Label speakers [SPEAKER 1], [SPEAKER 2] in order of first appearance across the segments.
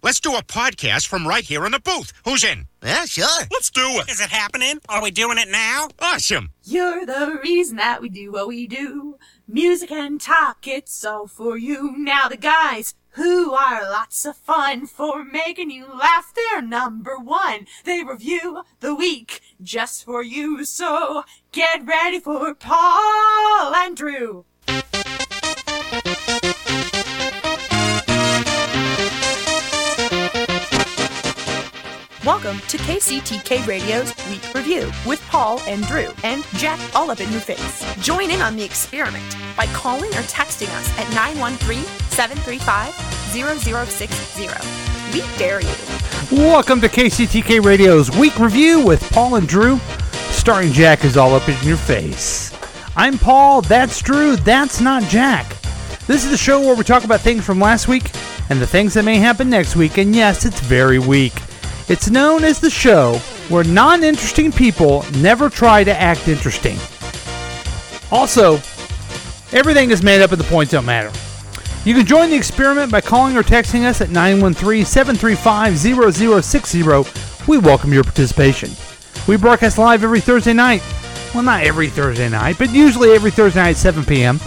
[SPEAKER 1] Let's do a podcast from right here in the booth. Who's in?
[SPEAKER 2] Yeah, sure.
[SPEAKER 3] Let's do it.
[SPEAKER 4] Is it happening? Are we doing it now?
[SPEAKER 1] Awesome.
[SPEAKER 5] You're the reason that we do what we do. Music and talk, it's all for you. Now the guys who are lots of fun for making you laugh, they're number one. They review the week just for you. So get ready for Paul and Drew.
[SPEAKER 6] Welcome to KCTK Radio's Week Review with Paul and Drew and Jack all up in your face. Join in on the experiment by calling or texting us at 913-735-0060. We dare you.
[SPEAKER 7] Welcome to KCTK Radio's Week Review with Paul and Drew, starring Jack is all up in your face. I'm Paul, that's Drew, that's not Jack. This is the show where we talk about things from last week and the things that may happen next week, and yes, it's very weak. It's known as the show where non interesting people never try to act interesting. Also, everything is made up and the points don't matter. You can join the experiment by calling or texting us at 913 735 0060. We welcome your participation. We broadcast live every Thursday night. Well, not every Thursday night, but usually every Thursday night at 7 p.m.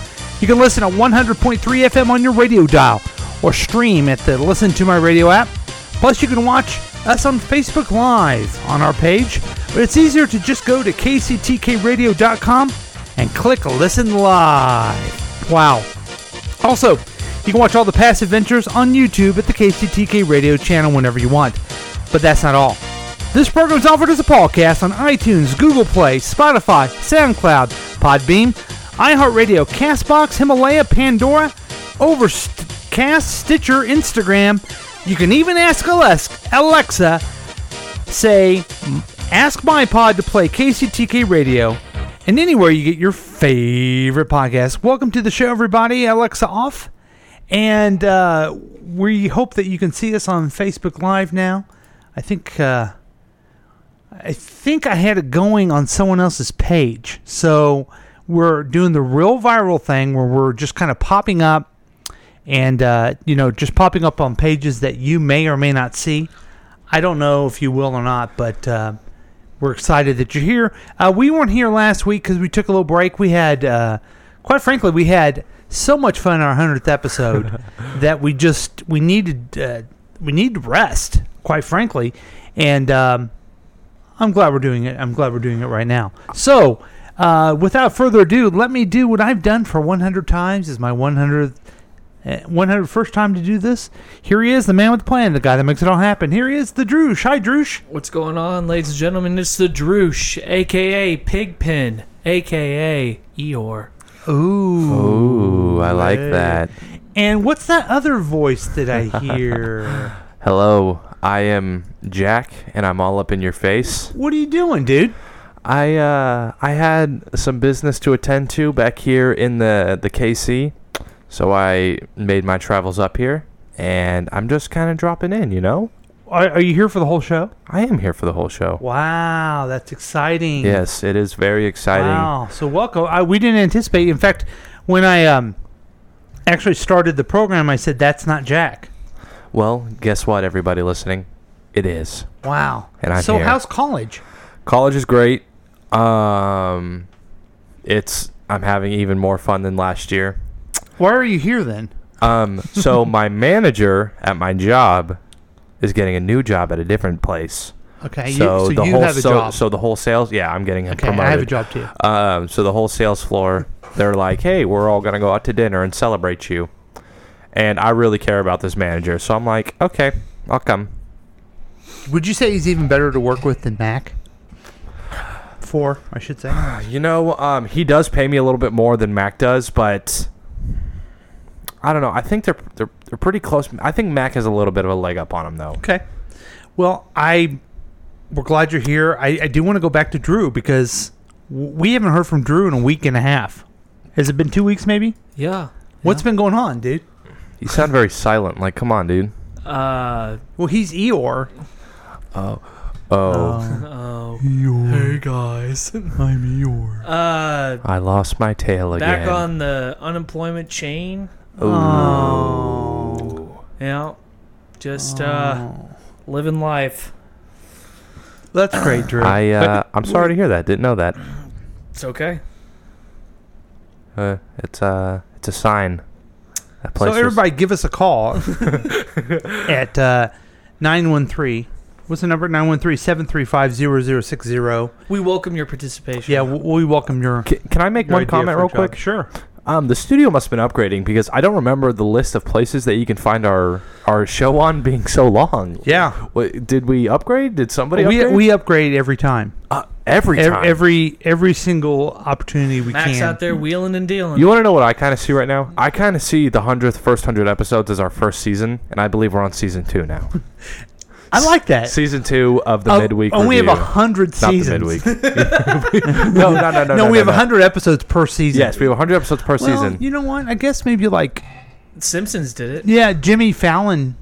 [SPEAKER 7] You can listen at 100.3 FM on your radio dial or stream at the Listen to My Radio app. Plus, you can watch us on Facebook Live on our page, but it's easier to just go to kctkradio.com and click Listen Live. Wow. Also, you can watch all the past adventures on YouTube at the KCTK radio channel whenever you want. But that's not all. This program is offered as a podcast on iTunes, Google Play, Spotify, SoundCloud, Podbeam, iHeartRadio, Castbox, Himalaya, Pandora, Overcast, Stitcher, Instagram. You can even ask Alex- Alexa, say, ask my pod to play KCTK radio, and anywhere you get your favorite podcast. Welcome to the show, everybody. Alexa off. And uh, we hope that you can see us on Facebook Live now. I think uh, I think I had it going on someone else's page, so we're doing the real viral thing where we're just kind of popping up and uh, you know just popping up on pages that you may or may not see. I don't know if you will or not, but uh, we're excited that you're here. Uh, we weren't here last week because we took a little break. We had, uh, quite frankly, we had so much fun in our hundredth episode that we just we needed uh, we need rest, quite frankly, and um, I'm glad we're doing it. I'm glad we're doing it right now. So, uh, without further ado, let me do what I've done for 100 times. Is my 100th. uh, 100 first time to do this. Here he is, the man with the plan, the guy that makes it all happen. Here he is, the Droosh. Hi, Droosh.
[SPEAKER 8] What's going on, ladies and gentlemen? It's the Droosh, aka Pigpen, aka Eeyore.
[SPEAKER 7] Ooh.
[SPEAKER 9] Ooh, I like that.
[SPEAKER 7] And what's that other voice that I hear?
[SPEAKER 9] Hello, I am Jack, and I'm all up in your face.
[SPEAKER 7] what are you doing, dude?
[SPEAKER 9] I uh, I had some business to attend to back here in the the KC, so I made my travels up here, and I'm just kind of dropping in. You know,
[SPEAKER 7] Are, are you here for the whole show?
[SPEAKER 9] I am here for the whole show.
[SPEAKER 7] Wow, that's exciting.
[SPEAKER 9] Yes, it is very exciting.
[SPEAKER 7] Wow. So welcome. I, we didn't anticipate. In fact, when I um actually started the program, I said that's not Jack.
[SPEAKER 9] Well, guess what, everybody listening, it is.
[SPEAKER 7] Wow.
[SPEAKER 9] And I'm
[SPEAKER 7] so
[SPEAKER 9] here.
[SPEAKER 7] how's college?
[SPEAKER 9] college is great um it's i'm having even more fun than last year
[SPEAKER 7] Why are you here then?
[SPEAKER 9] um so my manager at my job is getting a new job at a different place
[SPEAKER 7] Okay.
[SPEAKER 9] so
[SPEAKER 7] you, so
[SPEAKER 9] the
[SPEAKER 7] you
[SPEAKER 9] whole
[SPEAKER 7] have a
[SPEAKER 9] so,
[SPEAKER 7] job.
[SPEAKER 9] so the whole sales yeah i'm getting
[SPEAKER 7] okay,
[SPEAKER 9] promoted
[SPEAKER 7] I have a job too.
[SPEAKER 9] um so the whole sales floor they're like hey we're all gonna go out to dinner and celebrate you and i really care about this manager so i'm like okay i'll come
[SPEAKER 7] Would you say he's even better to work with than Mac? Four, I should say.
[SPEAKER 9] You know, um, he does pay me a little bit more than Mac does, but I don't know. I think they're they're, they're pretty close. I think Mac has a little bit of a leg up on him, though.
[SPEAKER 7] Okay. Well, I we're glad you're here. I, I do want to go back to Drew because W- We haven't heard from Drew in a week and a half. Has it been two weeks, maybe?
[SPEAKER 8] Yeah.
[SPEAKER 7] What's been going on, dude?
[SPEAKER 9] You sound very silent. Like, come on, dude.
[SPEAKER 8] Uh
[SPEAKER 7] Well, he's Eeyore.
[SPEAKER 9] Oh,
[SPEAKER 8] oh.
[SPEAKER 7] Eeyore.
[SPEAKER 8] Hey guys.
[SPEAKER 7] I'm Eeyore. Oh.
[SPEAKER 8] Uh
[SPEAKER 9] I lost my tail again.
[SPEAKER 8] back on the unemployment chain.
[SPEAKER 7] Oh.
[SPEAKER 8] Yeah. Just uh living life.
[SPEAKER 7] That's great, Drew.
[SPEAKER 9] I uh, I'm sorry to hear that. Didn't know that.
[SPEAKER 8] It's okay.
[SPEAKER 9] Uh, it's uh, it's a sign. That
[SPEAKER 7] so
[SPEAKER 9] place was-
[SPEAKER 7] everybody give us a call at uh, 913. What's the number? 913-735-0060.
[SPEAKER 8] We welcome your participation.
[SPEAKER 7] Yeah, w- we welcome your,
[SPEAKER 9] C- can I make
[SPEAKER 7] your
[SPEAKER 9] one
[SPEAKER 7] idea
[SPEAKER 9] comment
[SPEAKER 7] for
[SPEAKER 9] real
[SPEAKER 7] a job.
[SPEAKER 9] quick?
[SPEAKER 7] Sure.
[SPEAKER 9] Um, the studio must have been upgrading because I don't remember the list of places that you can find our our show on being so long.
[SPEAKER 7] Yeah.
[SPEAKER 9] What, did we upgrade? Did somebody
[SPEAKER 7] we,
[SPEAKER 9] upgrade?
[SPEAKER 7] we upgrade every time.
[SPEAKER 9] uh, every
[SPEAKER 7] Ev-
[SPEAKER 9] time.
[SPEAKER 7] Every every single opportunity we
[SPEAKER 8] Max
[SPEAKER 7] can.
[SPEAKER 8] out there wheeling and dealing.
[SPEAKER 9] you want to know what I kind of see right now? I kind of see the hundredth, first hundred episodes as our first season, and I believe we're on season two now.
[SPEAKER 7] I like that.
[SPEAKER 9] season two of the
[SPEAKER 7] Uh,
[SPEAKER 9] midweek.
[SPEAKER 7] And we have a
[SPEAKER 9] review.
[SPEAKER 7] hundred
[SPEAKER 9] Not
[SPEAKER 7] seasons.
[SPEAKER 9] the midweek. no, no, no, no.
[SPEAKER 7] No,
[SPEAKER 9] no
[SPEAKER 7] we have
[SPEAKER 9] no.
[SPEAKER 7] a hundred episodes per season.
[SPEAKER 9] Yes, we have 100 episodes per
[SPEAKER 7] Well,
[SPEAKER 9] season.
[SPEAKER 7] you know what? I guess maybe like
[SPEAKER 8] Simpsons did it.
[SPEAKER 7] yeah, Jimmy Fallon.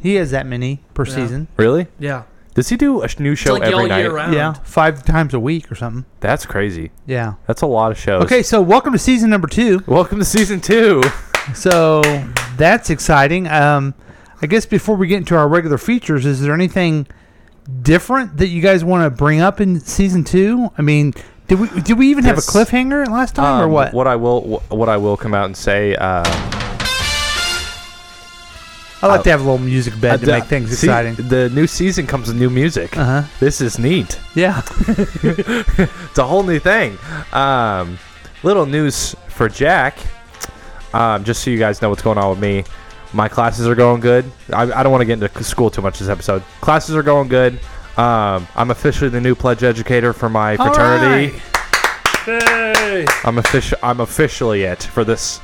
[SPEAKER 7] He has that many per
[SPEAKER 8] Yeah.
[SPEAKER 7] season.
[SPEAKER 9] really?
[SPEAKER 8] Yeah.
[SPEAKER 9] Does he do a sh- new
[SPEAKER 8] It's
[SPEAKER 9] show
[SPEAKER 8] like all
[SPEAKER 9] every night?
[SPEAKER 8] year round.
[SPEAKER 7] Yeah, five times a week or something.
[SPEAKER 9] That's crazy.
[SPEAKER 7] Yeah.
[SPEAKER 9] That's a lot of shows.
[SPEAKER 7] Okay, so welcome to season number two.
[SPEAKER 9] Welcome to season two.
[SPEAKER 7] So that's exciting. Um, I guess before we get into our regular features, is there anything different that you guys want to bring up in season two? I mean, did we did we even have a
[SPEAKER 9] Yes.
[SPEAKER 7] cliffhanger last time or
[SPEAKER 9] Um,
[SPEAKER 7] what?
[SPEAKER 9] What I will, wh- what I will come out and say. Uh,
[SPEAKER 7] I like to have a little music bed to
[SPEAKER 9] uh,
[SPEAKER 7] make things
[SPEAKER 9] see,
[SPEAKER 7] exciting.
[SPEAKER 9] The new season comes with new music.
[SPEAKER 7] Uh huh.
[SPEAKER 9] This is neat.
[SPEAKER 7] Yeah.
[SPEAKER 9] It's a whole new thing. Um, little news for Jack. Um, just so you guys know what's going on with me. My classes are going good. I, I don't want to get into school too much this episode. Classes are going good. Um, I'm officially the new pledge educator for my
[SPEAKER 7] All
[SPEAKER 9] fraternity. I'm official. I'm officially it for this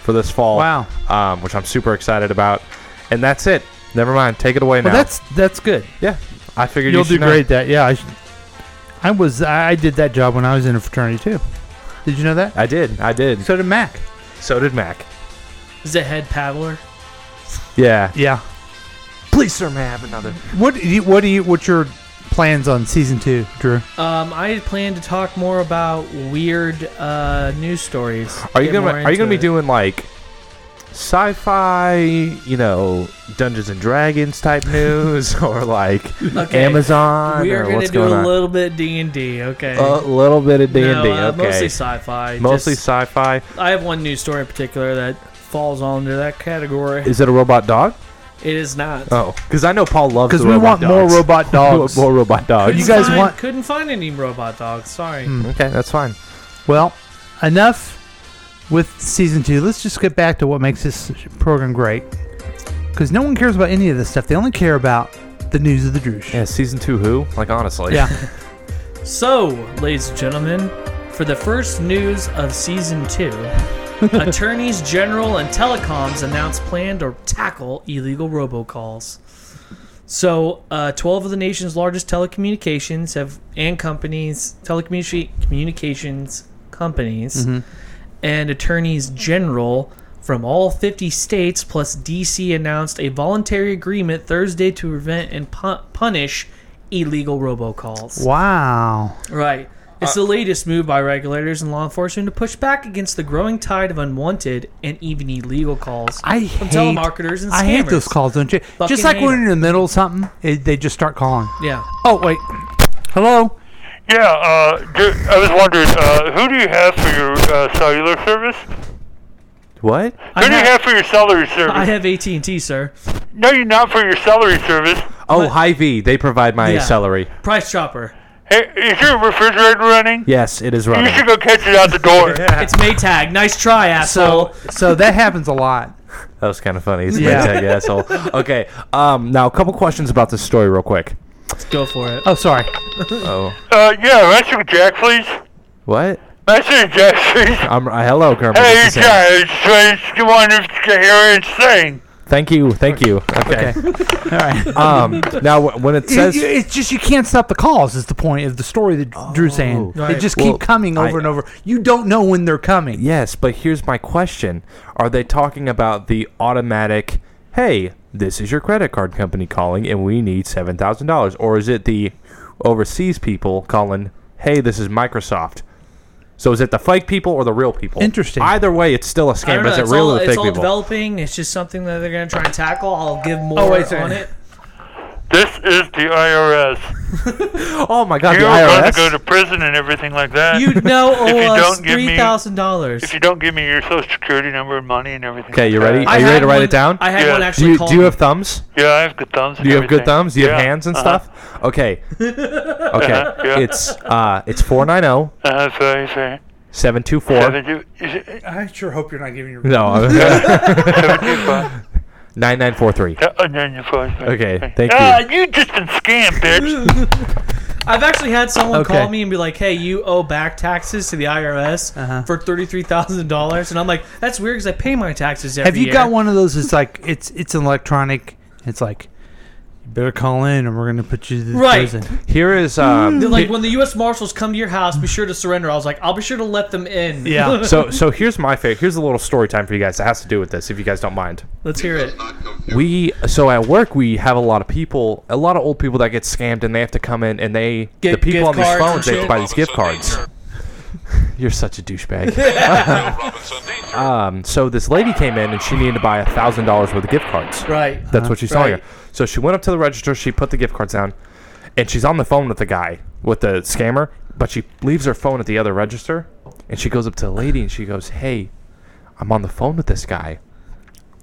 [SPEAKER 9] for this fall.
[SPEAKER 7] Wow.
[SPEAKER 9] Um, which I'm super excited about. And that's it. Never mind. Take it away
[SPEAKER 7] Well,
[SPEAKER 9] now.
[SPEAKER 7] that's that's good.
[SPEAKER 9] yeah. I figured
[SPEAKER 7] You'll
[SPEAKER 9] you should
[SPEAKER 7] do
[SPEAKER 9] know.
[SPEAKER 7] great at that. Yeah. I, sh- I was I I did that job when I was in a fraternity too. Did you know that?
[SPEAKER 9] I did. I did.
[SPEAKER 7] So did Mac.
[SPEAKER 9] So did Mac.
[SPEAKER 8] Is the head paddler?
[SPEAKER 9] Yeah.
[SPEAKER 7] Yeah.
[SPEAKER 9] Please, sir, may I have another?
[SPEAKER 7] What do you, what do you what's your plans on season two, Drew?
[SPEAKER 8] Um, I had planned to talk more about weird uh, news stories.
[SPEAKER 9] Are you
[SPEAKER 8] Get
[SPEAKER 9] gonna
[SPEAKER 8] more
[SPEAKER 9] Are you gonna be
[SPEAKER 8] into it.
[SPEAKER 9] doing like sci-fi, you know, Dungeons and Dragons type news, or like
[SPEAKER 8] Okay.
[SPEAKER 9] Amazon,
[SPEAKER 8] We are
[SPEAKER 9] or
[SPEAKER 8] gonna
[SPEAKER 9] what's
[SPEAKER 8] do
[SPEAKER 9] going
[SPEAKER 8] a
[SPEAKER 9] on?
[SPEAKER 8] little bit D and D. Okay.
[SPEAKER 9] a little bit of D and
[SPEAKER 8] No,
[SPEAKER 9] D.
[SPEAKER 8] uh,
[SPEAKER 9] Okay.
[SPEAKER 8] Mostly sci-fi.
[SPEAKER 9] Mostly
[SPEAKER 8] Just-
[SPEAKER 9] sci-fi.
[SPEAKER 8] I have one news story in particular that falls under that category.
[SPEAKER 9] Is it a robot dog?
[SPEAKER 8] It is not.
[SPEAKER 9] Oh, because I know Paul loves.
[SPEAKER 7] Because
[SPEAKER 9] the
[SPEAKER 7] we
[SPEAKER 9] robot
[SPEAKER 7] want more
[SPEAKER 9] dogs.
[SPEAKER 7] robot
[SPEAKER 9] We want
[SPEAKER 7] dogs.
[SPEAKER 9] more robot dogs.
[SPEAKER 8] Couldn't
[SPEAKER 7] you guys
[SPEAKER 8] find-
[SPEAKER 7] want-
[SPEAKER 8] Couldn't find any robot dogs. Sorry.
[SPEAKER 7] Hmm,
[SPEAKER 9] Okay, that's fine.
[SPEAKER 7] Well, enough with season two. Let's just get back to what makes this program great. Because no one cares about any of this stuff. They only care about the news of the Droosh.
[SPEAKER 9] Yeah, season two. Who? Like honestly.
[SPEAKER 7] Yeah.
[SPEAKER 8] So, ladies and gentlemen, for the first news of season two, attorneys general and telecoms announce plan to tackle illegal robocalls. So, uh, 12 of the nation's largest telecommunications have and companies, telecommunications companies, and attorneys general from all 50 states plus DC announced a voluntary agreement Thursday to prevent and pu- punish illegal robocalls.
[SPEAKER 7] Wow.
[SPEAKER 8] Right.
[SPEAKER 10] Uh,
[SPEAKER 8] It's the latest move by regulators and law enforcement to push back against the growing tide of unwanted and even illegal calls
[SPEAKER 7] I
[SPEAKER 8] from
[SPEAKER 7] hate
[SPEAKER 8] telemarketers and scammers.
[SPEAKER 7] I hate those calls, don't you?
[SPEAKER 8] Fucking
[SPEAKER 7] just like
[SPEAKER 8] hate
[SPEAKER 7] when
[SPEAKER 8] them.
[SPEAKER 7] you're in the middle of something, it, they just start calling.
[SPEAKER 8] Yeah.
[SPEAKER 7] Oh wait. Hello.
[SPEAKER 10] Yeah, uh, ju- I was wondering, uh, who do you have for your uh, cellular service? Who
[SPEAKER 9] What?
[SPEAKER 8] I
[SPEAKER 10] do you
[SPEAKER 8] have,
[SPEAKER 10] have for your cellular service?
[SPEAKER 8] I have AT&T, sir.
[SPEAKER 10] no, you're not for your cellular service.
[SPEAKER 9] Oh, Hy-Vee. They provide my
[SPEAKER 8] Yeah.
[SPEAKER 9] celery.
[SPEAKER 8] Price Chopper.
[SPEAKER 10] Hey, is your refrigerator running?
[SPEAKER 9] Yes, it is running.
[SPEAKER 10] You should go catch it out the door.
[SPEAKER 8] It's Maytag. Nice try, asshole.
[SPEAKER 7] So so that happens a lot.
[SPEAKER 9] That was kind of funny. He's
[SPEAKER 7] Yeah.
[SPEAKER 9] yeah. Tag asshole. Okay. Um. Now, a couple questions about this story, real quick.
[SPEAKER 8] Go for it.
[SPEAKER 7] Oh sorry.
[SPEAKER 9] Oh.
[SPEAKER 10] Uh, yeah, Master Jack, please.
[SPEAKER 9] What?
[SPEAKER 10] Master Jack, please.
[SPEAKER 9] I'm. Uh, hello, Kermit.
[SPEAKER 10] Hey,
[SPEAKER 9] This is him.
[SPEAKER 10] Jack, I just wanted to hear it sing.
[SPEAKER 9] Thank you. Thank you. Okay.
[SPEAKER 7] All right.
[SPEAKER 9] um, now, wh- when it says.
[SPEAKER 7] It- it's just you can't stop the calls. Is the point of the story that Drew's saying? They
[SPEAKER 9] Right.
[SPEAKER 7] just
[SPEAKER 9] Well,
[SPEAKER 7] keep coming over
[SPEAKER 9] I-
[SPEAKER 7] and over. You don't know when they're coming.
[SPEAKER 9] Yes, but here's my question. Are they talking about the automatic, hey, this is your credit card company calling and we need $7,000? Or is it the overseas people calling, hey, this is Microsoft? So is it the fake people or the real people?
[SPEAKER 7] Interesting.
[SPEAKER 9] Either way, it's still a
[SPEAKER 8] I
[SPEAKER 9] scam,
[SPEAKER 8] don't
[SPEAKER 9] but
[SPEAKER 8] know.
[SPEAKER 9] is it
[SPEAKER 8] It's
[SPEAKER 9] real
[SPEAKER 8] all,
[SPEAKER 9] or the
[SPEAKER 8] it's
[SPEAKER 9] fake
[SPEAKER 8] all
[SPEAKER 9] people?
[SPEAKER 8] developing. It's just something that they're going to try and tackle. I'll give more
[SPEAKER 7] Oh, wait a second.
[SPEAKER 8] on it.
[SPEAKER 10] This is the IRS.
[SPEAKER 9] Oh my god, the
[SPEAKER 10] You're going to
[SPEAKER 9] IRS?
[SPEAKER 10] go to prison and everything like that.
[SPEAKER 8] You now
[SPEAKER 10] If
[SPEAKER 8] owe
[SPEAKER 10] you
[SPEAKER 8] us
[SPEAKER 10] don't give me-
[SPEAKER 8] three thousand dollars.
[SPEAKER 10] if you don't give me your social security number and money and everything.
[SPEAKER 9] Okay, you
[SPEAKER 10] like
[SPEAKER 9] ready?
[SPEAKER 10] that.
[SPEAKER 9] Are you ready to write
[SPEAKER 8] one,
[SPEAKER 9] it down?
[SPEAKER 8] I Uh, had
[SPEAKER 10] Yeah.
[SPEAKER 8] one
[SPEAKER 9] do
[SPEAKER 8] actually
[SPEAKER 9] you,
[SPEAKER 8] call
[SPEAKER 9] do you
[SPEAKER 8] me.
[SPEAKER 9] have thumbs?
[SPEAKER 10] Yeah, I have good thumbs. And
[SPEAKER 9] Do you have good
[SPEAKER 10] everything.
[SPEAKER 9] thumbs? Do you have
[SPEAKER 10] Yeah,
[SPEAKER 9] hands and
[SPEAKER 10] uh-huh.
[SPEAKER 9] stuff? Okay. Okay.
[SPEAKER 10] yeah.
[SPEAKER 9] It's uh it's 490
[SPEAKER 10] Uh, sorry, sorry.
[SPEAKER 9] 724
[SPEAKER 10] Seven, two, is it-
[SPEAKER 7] I sure hope you're not giving your.
[SPEAKER 9] No.
[SPEAKER 10] seven, two, five.
[SPEAKER 9] 9943.
[SPEAKER 10] Yeah, and then you five, five,
[SPEAKER 9] Okay,
[SPEAKER 10] five.
[SPEAKER 9] thank
[SPEAKER 10] ah,
[SPEAKER 9] you.
[SPEAKER 10] you just been scammed, bitch.
[SPEAKER 8] I've actually had someone
[SPEAKER 9] Okay.
[SPEAKER 8] call me and be like, "Hey, you owe back taxes to the IRS for thirty-three thousand dollars," and I'm like, "That's weird because I pay my taxes every
[SPEAKER 7] Have you
[SPEAKER 8] year."
[SPEAKER 7] got one of those? It's like it's it's electronic. It's like you better call in, or we're gonna put you to
[SPEAKER 8] Right. Mm.
[SPEAKER 7] prison.
[SPEAKER 9] Here is um
[SPEAKER 7] Mm.
[SPEAKER 8] They're like, "When the U.S. Marshals come to your house, be sure to surrender." I was like, "I'll be sure to let them in."
[SPEAKER 7] Yeah.
[SPEAKER 9] so so here's my favorite. Here's a little story time for you guys that has to do with this, if you guys don't mind.
[SPEAKER 8] let's hear it.
[SPEAKER 9] We so at work we have a lot of people, a lot of old people that get scammed, and they have to come in and they
[SPEAKER 8] Get
[SPEAKER 9] the
[SPEAKER 8] gift
[SPEAKER 9] people on these
[SPEAKER 8] cards and
[SPEAKER 9] phones they have to
[SPEAKER 8] shit.
[SPEAKER 9] buy these gift cards. You're such a douchebag. um, so this lady came in and she needed to buy a thousand dollars worth of gift cards.
[SPEAKER 8] Right.
[SPEAKER 9] That's what she's telling her. So she went up to the register, she put the gift cards down, and she's on the phone with the guy, with the scammer, but she leaves her phone at the other register, and she goes up to the lady and she goes, Hey, I'm on the phone with this guy.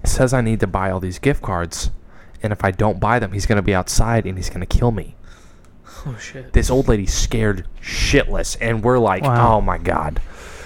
[SPEAKER 9] says I need to buy all these gift cards, and if I don't buy them, he's going to be outside and he's going to kill me.
[SPEAKER 8] Oh shit.
[SPEAKER 9] This old lady's scared shitless, and we're like,
[SPEAKER 7] Wow.
[SPEAKER 9] Oh my God.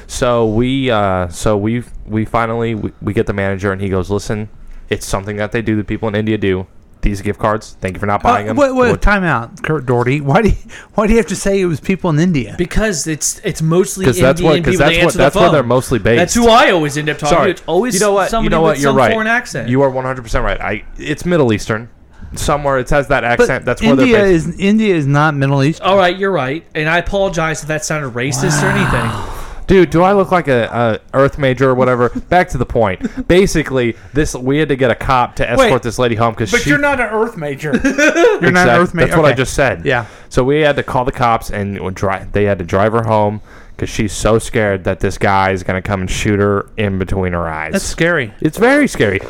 [SPEAKER 9] So we, uh, so we, we finally we, we get the manager, and he goes, "Listen, it's something that they do. The people in India do these gift cards. Thank you for not buying
[SPEAKER 7] Uh,
[SPEAKER 9] them."
[SPEAKER 7] wait, wait, time out, Kurt Doherty. Why do you, why do you have to say it was people in India?
[SPEAKER 8] Because it's it's mostly
[SPEAKER 9] Because
[SPEAKER 8] Indian
[SPEAKER 9] that's what- 'cause
[SPEAKER 8] people.
[SPEAKER 9] that's
[SPEAKER 8] they
[SPEAKER 9] what-
[SPEAKER 8] answer
[SPEAKER 9] that's
[SPEAKER 8] the
[SPEAKER 9] where
[SPEAKER 8] phone.
[SPEAKER 9] they're mostly based.
[SPEAKER 8] That's who I always end up talking to.
[SPEAKER 9] Sorry,
[SPEAKER 8] It's always
[SPEAKER 9] you know what?
[SPEAKER 8] somebody
[SPEAKER 9] you know what?
[SPEAKER 8] with
[SPEAKER 9] You're
[SPEAKER 8] some
[SPEAKER 9] right.
[SPEAKER 8] foreign accent.
[SPEAKER 9] You are 100 percent right. I it's Middle Eastern, somewhere it has that accent. that's where
[SPEAKER 7] India
[SPEAKER 9] they're based.
[SPEAKER 7] is India is not Middle East.
[SPEAKER 8] All right, you're right, and I apologize if that sounded racist or anything.
[SPEAKER 9] Dude, do I look like a, a Earth major or whatever? Back to the point. Basically, this we had to get a cop to escort
[SPEAKER 7] Wait,
[SPEAKER 9] this lady home because she
[SPEAKER 7] not an Earth major. you're not an
[SPEAKER 9] Exact-
[SPEAKER 7] Earth major.
[SPEAKER 9] That's what I just said.
[SPEAKER 7] Yeah.
[SPEAKER 9] So we had to call the cops and would dri- they had to drive her home because she's so scared that this guy is going to come and shoot her in between her eyes.
[SPEAKER 7] That's scary.
[SPEAKER 9] it's very scary.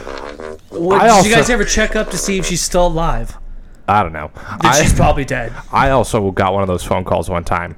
[SPEAKER 8] What,
[SPEAKER 9] I
[SPEAKER 8] did
[SPEAKER 9] also-
[SPEAKER 8] you guys ever check up to see if she's still alive?
[SPEAKER 9] I don't know.
[SPEAKER 8] Dude, she's
[SPEAKER 9] I,
[SPEAKER 8] probably dead.
[SPEAKER 9] I also got one of those phone calls one time,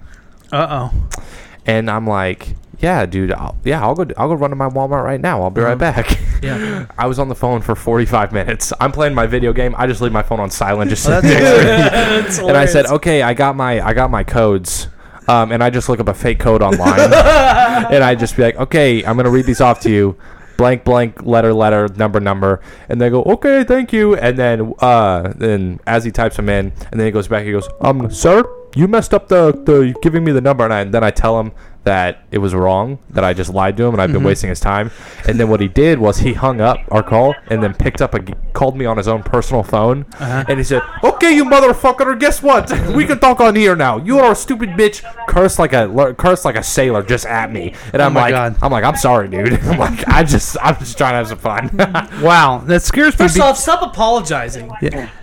[SPEAKER 7] Uh oh.
[SPEAKER 9] and I'm like, "Yeah, dude. I'll, yeah, I'll go. I'll go run to my Walmart right now. I'll be right
[SPEAKER 8] Uh-huh.
[SPEAKER 9] back."
[SPEAKER 8] Yeah.
[SPEAKER 9] I was on the phone for 45 minutes. I'm playing my video game. I just leave my phone on silent. Just
[SPEAKER 7] Well,
[SPEAKER 9] sit
[SPEAKER 7] that's
[SPEAKER 9] there.
[SPEAKER 8] Oh, That's
[SPEAKER 9] and I said,
[SPEAKER 8] hilarious.
[SPEAKER 9] "Okay, I got my I got my codes." Um, and I just look up a fake code online, and I just be like, "Okay, I'm gonna read these off to you, blank, blank, letter, letter, number, number." And they go, "Okay, thank you." And then, uh, then as he types them in, and then he goes back, he goes, "Um, sir, you messed up the the giving me the number." And, I, and then I tell him that it was wrong, that I just lied to him, and I've been
[SPEAKER 7] Mm-hmm.
[SPEAKER 9] wasting his time. And then what he did was he hung up our call, and then picked up a g- called me on his own personal phone,
[SPEAKER 7] Uh-huh.
[SPEAKER 9] and he said, "Okay, you motherfucker, guess what? we can talk on here now. You are a stupid bitch. Curse like a le- curse like a sailor just at me." And I'm
[SPEAKER 7] Oh my
[SPEAKER 9] like,
[SPEAKER 7] God.
[SPEAKER 9] "I'm like, I'm sorry, dude. I'm like, I just I'm just trying to have some fun."
[SPEAKER 7] Wow, that scares me.
[SPEAKER 8] First
[SPEAKER 7] be-
[SPEAKER 8] off, stop apologizing.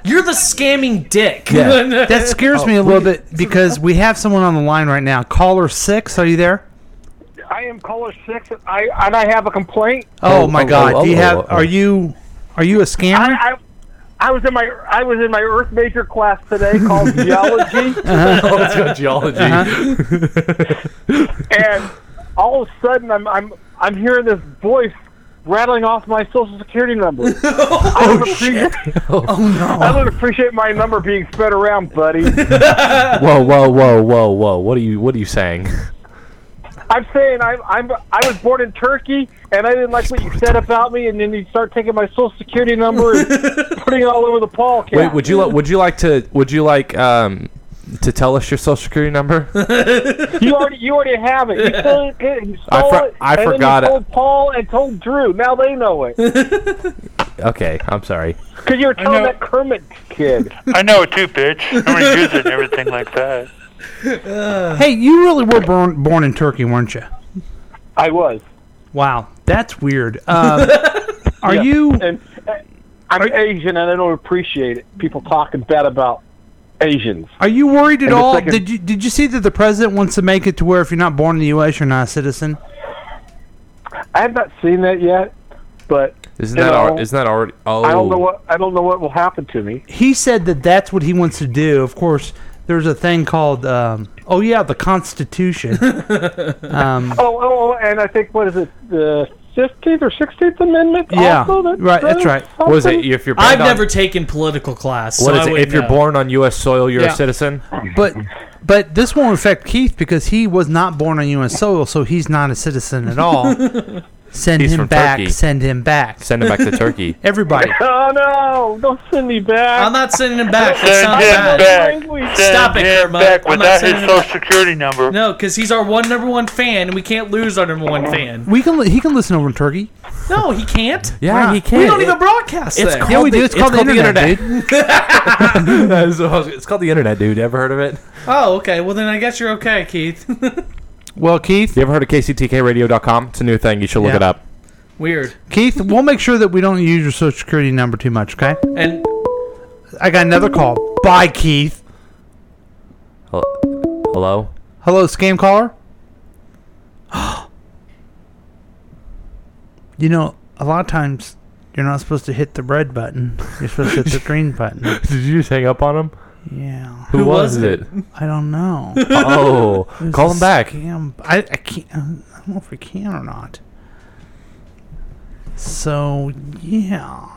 [SPEAKER 8] You're the scamming dick.
[SPEAKER 9] Yeah. Oh,
[SPEAKER 7] that scares me a little bit because we have someone on the line right now. Caller six, are you there?
[SPEAKER 11] I am caller six. I and I have a complaint.
[SPEAKER 7] Oh,
[SPEAKER 9] Oh,
[SPEAKER 7] my
[SPEAKER 9] oh,
[SPEAKER 7] God!
[SPEAKER 9] oh,
[SPEAKER 7] Do you
[SPEAKER 9] oh,
[SPEAKER 7] have?
[SPEAKER 9] oh, oh.
[SPEAKER 7] Are you? Are you a scammer?
[SPEAKER 11] I, I I was in my I was in my Earth major class today called geology,
[SPEAKER 12] Uh-huh.
[SPEAKER 9] oh, let's go geology.
[SPEAKER 7] Uh-huh.
[SPEAKER 11] and all of a sudden I'm I'm I'm hearing this voice rattling off my social security number. I don't appreciate I don't appreciate my number being spread around, buddy.
[SPEAKER 9] Whoa, whoa, whoa, whoa, whoa! What are you what are you saying?
[SPEAKER 11] I'm saying I'm I'm I was born in Turkey and I didn't like what you said about me, and then you start taking my social security number and putting it all over the Paul.
[SPEAKER 9] Wait, would you like would you like to would you like um to tell us your social security number?
[SPEAKER 11] You already, you already have it. You stole it, you stole
[SPEAKER 9] I for-
[SPEAKER 11] it,
[SPEAKER 9] I
[SPEAKER 11] and
[SPEAKER 9] forgot it.
[SPEAKER 11] then you told Paul and told Drew. Now they know it.
[SPEAKER 9] Okay, I'm sorry.
[SPEAKER 11] Because you were telling that Kermit kid.
[SPEAKER 10] I know it too, bitch. I'm gonna use it and everything like that.
[SPEAKER 7] hey, you really were born born in Turkey, weren't you?
[SPEAKER 11] I was.
[SPEAKER 7] Wow, that's weird. Um, are
[SPEAKER 11] Yeah.
[SPEAKER 7] you?
[SPEAKER 11] And, uh, I'm Asian, and I don't appreciate it. People talking bad about Asians.
[SPEAKER 7] Are you worried at
[SPEAKER 11] And the
[SPEAKER 7] all?
[SPEAKER 11] second-
[SPEAKER 7] did you did you see that the president wants to make it to where if you're not born in the U.S. you're not a citizen?
[SPEAKER 11] I have not seen that yet, but
[SPEAKER 9] Isn't
[SPEAKER 11] you
[SPEAKER 9] that
[SPEAKER 11] know,
[SPEAKER 9] al- isn't that already? Oh,
[SPEAKER 11] I don't know what I don't know what will happen to me.
[SPEAKER 7] He said that that's what he wants to do. Of course, there's a thing called um, oh yeah, the Constitution. um,
[SPEAKER 11] Oh, oh, oh, and I think what is it, the Fifteenth or Sixteenth Amendment?
[SPEAKER 7] yeah,
[SPEAKER 11] also that
[SPEAKER 7] right. That's
[SPEAKER 11] says
[SPEAKER 7] right.
[SPEAKER 11] something?
[SPEAKER 9] if you're
[SPEAKER 8] I've
[SPEAKER 9] born on-
[SPEAKER 8] never taken political class. so
[SPEAKER 9] What is
[SPEAKER 8] I
[SPEAKER 9] it?
[SPEAKER 8] wouldn't
[SPEAKER 9] If you're
[SPEAKER 8] know.
[SPEAKER 9] born on U.S. soil, you're
[SPEAKER 7] Yeah.
[SPEAKER 9] a citizen.
[SPEAKER 7] But but this won't affect Keith because he was not born on U.S. soil, so he's not a citizen at all. Send
[SPEAKER 9] He's
[SPEAKER 7] him
[SPEAKER 9] from
[SPEAKER 7] back.
[SPEAKER 9] Turkey.
[SPEAKER 7] Send him back.
[SPEAKER 9] Send him back to Turkey.
[SPEAKER 7] Everybody.
[SPEAKER 11] Oh no! Don't send me back.
[SPEAKER 8] I'm not sending him back. It's
[SPEAKER 10] Send
[SPEAKER 8] not
[SPEAKER 10] him
[SPEAKER 8] bad.
[SPEAKER 10] back. Send
[SPEAKER 8] Stop it,
[SPEAKER 10] him
[SPEAKER 8] Kermit.
[SPEAKER 10] back
[SPEAKER 8] I'm not
[SPEAKER 10] without his
[SPEAKER 8] sending him
[SPEAKER 10] social
[SPEAKER 8] back.
[SPEAKER 10] security number.
[SPEAKER 8] No, because he's our one number one fan, and we can't lose our number one fan.
[SPEAKER 7] We can li- he can listen over in Turkey.
[SPEAKER 8] No, he can't.
[SPEAKER 9] Yeah,
[SPEAKER 7] Why not?
[SPEAKER 9] he can.
[SPEAKER 8] We don't even broadcast
[SPEAKER 9] It's
[SPEAKER 8] there.
[SPEAKER 9] called
[SPEAKER 7] Yeah, we
[SPEAKER 9] the-
[SPEAKER 7] do. It's, called, the internet, dude.
[SPEAKER 9] dude. That is what I was- it's called the internet, dude. Ever heard of it?
[SPEAKER 8] Oh, okay. Well, then I guess you're okay, Keith.
[SPEAKER 7] Well, Keith,
[SPEAKER 9] You ever heard of kctkradio.com? It's a new thing. You should look
[SPEAKER 7] Yeah.
[SPEAKER 9] it up.
[SPEAKER 8] Weird.
[SPEAKER 7] Keith, we'll make sure that we don't use your social security number too much, okay?
[SPEAKER 8] And
[SPEAKER 7] I got another call. Bye, Keith.
[SPEAKER 9] Hel- Hello.
[SPEAKER 7] Hello, scam caller. you know, a lot of times you're not supposed to hit the red button. You're supposed to hit the green button.
[SPEAKER 9] Did you just hang up on him?
[SPEAKER 7] Yeah,
[SPEAKER 9] Who, was,
[SPEAKER 8] was
[SPEAKER 9] it?
[SPEAKER 7] I don't know.
[SPEAKER 9] oh, call him back.
[SPEAKER 7] Scam. I, I can't. I don't know if we can or not. So yeah.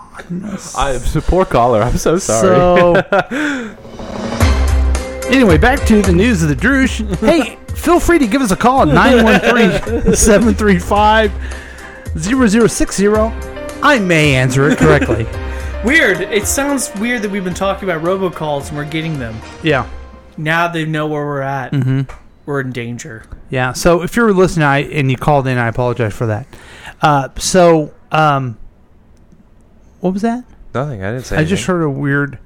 [SPEAKER 9] I am support caller. I'm so sorry.
[SPEAKER 7] So, anyway, back to the news of the Drush. Hey, feel free to give us a call at 913 735 0060. I may answer it correctly.
[SPEAKER 8] weird. It sounds weird that we've been talking about robocalls and we're getting them.
[SPEAKER 7] yeah.
[SPEAKER 8] Now they know where we're at. We're in danger.
[SPEAKER 7] Yeah. So, if you're listening I, and you called in, I apologize for that. Uh, so, um, what was that?
[SPEAKER 9] Nothing. I didn't say.
[SPEAKER 7] I just heard a weird.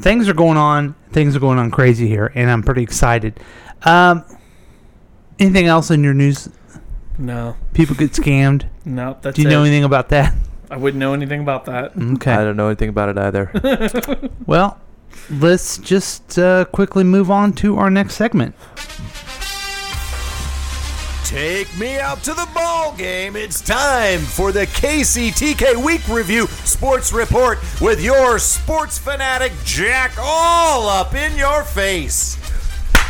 [SPEAKER 7] Things are going on. Things are going on crazy here, and I'm pretty excited. Um, anything else in your news?
[SPEAKER 8] No.
[SPEAKER 7] People get scammed.
[SPEAKER 8] No, that's
[SPEAKER 7] Do you
[SPEAKER 8] it.
[SPEAKER 7] know anything about that?
[SPEAKER 8] I wouldn't know anything about that.
[SPEAKER 9] I
[SPEAKER 7] Okay.
[SPEAKER 9] don't know anything about it either.
[SPEAKER 7] Well, let's just uh, quickly move on to our next segment.
[SPEAKER 13] Take me out to the ball game. It's time for the KCTK Week Review Sports Report with your sports fanatic Jack all up in your face.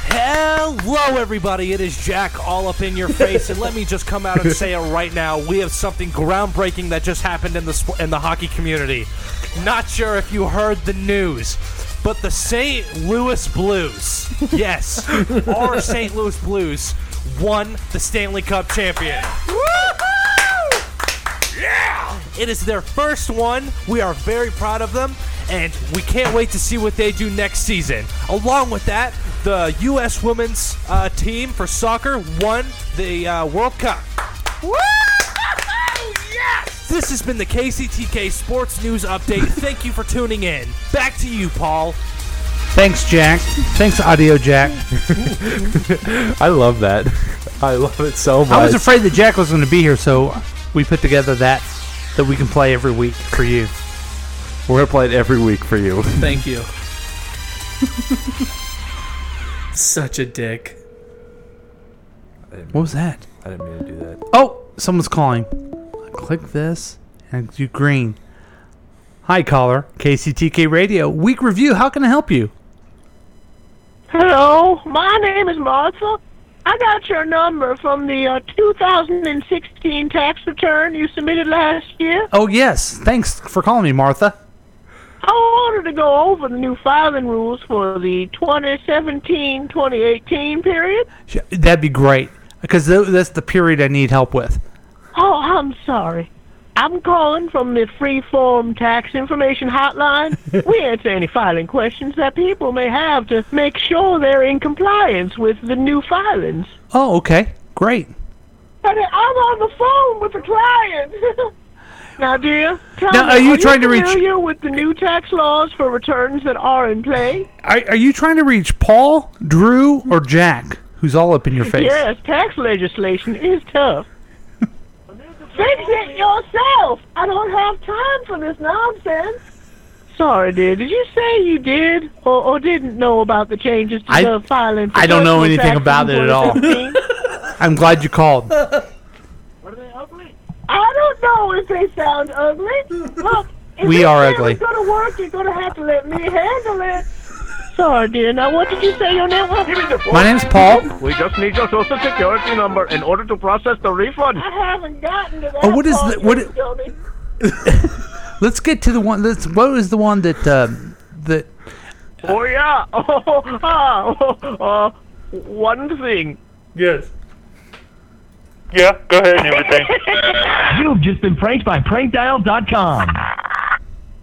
[SPEAKER 14] Hello, everybody. It is Jack all up in your face, and let me just come out and say it right now: we have something groundbreaking that just happened in the sp- in the hockey community. Not sure if you heard the news, but the St. Louis Blues, yes, our St. Louis Blues won the Stanley Cup champion. It is their first one. We are very proud of them, and we can't wait to see what they do next season. Along with that, the U.S. women's uh, team for soccer won the uh, World Cup. This has been the KCTK Sports News Update. Thank you for tuning in. Back to you, Paul.
[SPEAKER 7] Thanks, Jack. Thanks, Audio Jack.
[SPEAKER 9] I love that. I love it so much.
[SPEAKER 7] I was afraid that Jack was going to be here, so we put together that that we can play every week for you.
[SPEAKER 9] We're gonna play it every week for you.
[SPEAKER 8] Thank you. Such a dick.
[SPEAKER 7] What was that?
[SPEAKER 9] I didn't mean to do that.
[SPEAKER 7] Oh, someone's calling. I click this and I do green. Hi, caller. KCTK Radio Week Review. How can I help you?
[SPEAKER 15] Hello, my name is Martha. I got your number from the uh, 2016 tax return you submitted last year.
[SPEAKER 7] Oh yes, thanks for calling me, Martha.
[SPEAKER 15] I wanted to go over the new filing rules for the 2017-2018 period.
[SPEAKER 7] Sh- That'd be great because tho- that's the period I need help with.
[SPEAKER 15] Oh, I'm sorry. I'm calling from the Freeform Tax Information Hotline. we answer any filing questions that people may have to make sure they're in compliance with the new filings.
[SPEAKER 7] Oh, okay, great.
[SPEAKER 15] And I'm on the phone with the client. Now, dear, tell
[SPEAKER 7] Now,
[SPEAKER 15] me,
[SPEAKER 7] are you trying to reach-
[SPEAKER 15] familiar with the new tax laws for returns that are in play?
[SPEAKER 7] Are, are you trying to reach Paul, Drew, or Jack, who's all up in your face?
[SPEAKER 15] Yes, tax legislation is tough. Fix it yourself! I don't have time for this nonsense. Sorry, dear. Did you say you did or, or didn't know about the changes to
[SPEAKER 7] I-
[SPEAKER 15] the filing? For
[SPEAKER 7] I don't know
[SPEAKER 15] personal
[SPEAKER 7] anything
[SPEAKER 15] tax
[SPEAKER 7] about
[SPEAKER 15] in
[SPEAKER 7] it at all.
[SPEAKER 15] 2017?
[SPEAKER 7] I'm glad you called.
[SPEAKER 15] I don't know if they sound ugly. Look, if
[SPEAKER 7] We
[SPEAKER 15] this
[SPEAKER 7] are
[SPEAKER 15] thing
[SPEAKER 7] ugly.
[SPEAKER 15] is gonna work, you're gonna have to let me handle it. Sorry, dear. Now, what did you say your name was? Give me the
[SPEAKER 7] My name's Paul.
[SPEAKER 12] We just need your social security number in order to process the refund.
[SPEAKER 15] I haven't gotten to that.
[SPEAKER 7] Oh, what is
[SPEAKER 15] part
[SPEAKER 7] the- what
[SPEAKER 15] yet,
[SPEAKER 7] i-
[SPEAKER 15] dummy.
[SPEAKER 7] Let's get to the one. Let's, what was the one that uh, that
[SPEAKER 12] Oh yeah. Oh, ah, oh, uh, one thing.
[SPEAKER 8] Yes.
[SPEAKER 10] Yeah, go ahead and everything.
[SPEAKER 12] You've just been pranked by prankdial.com.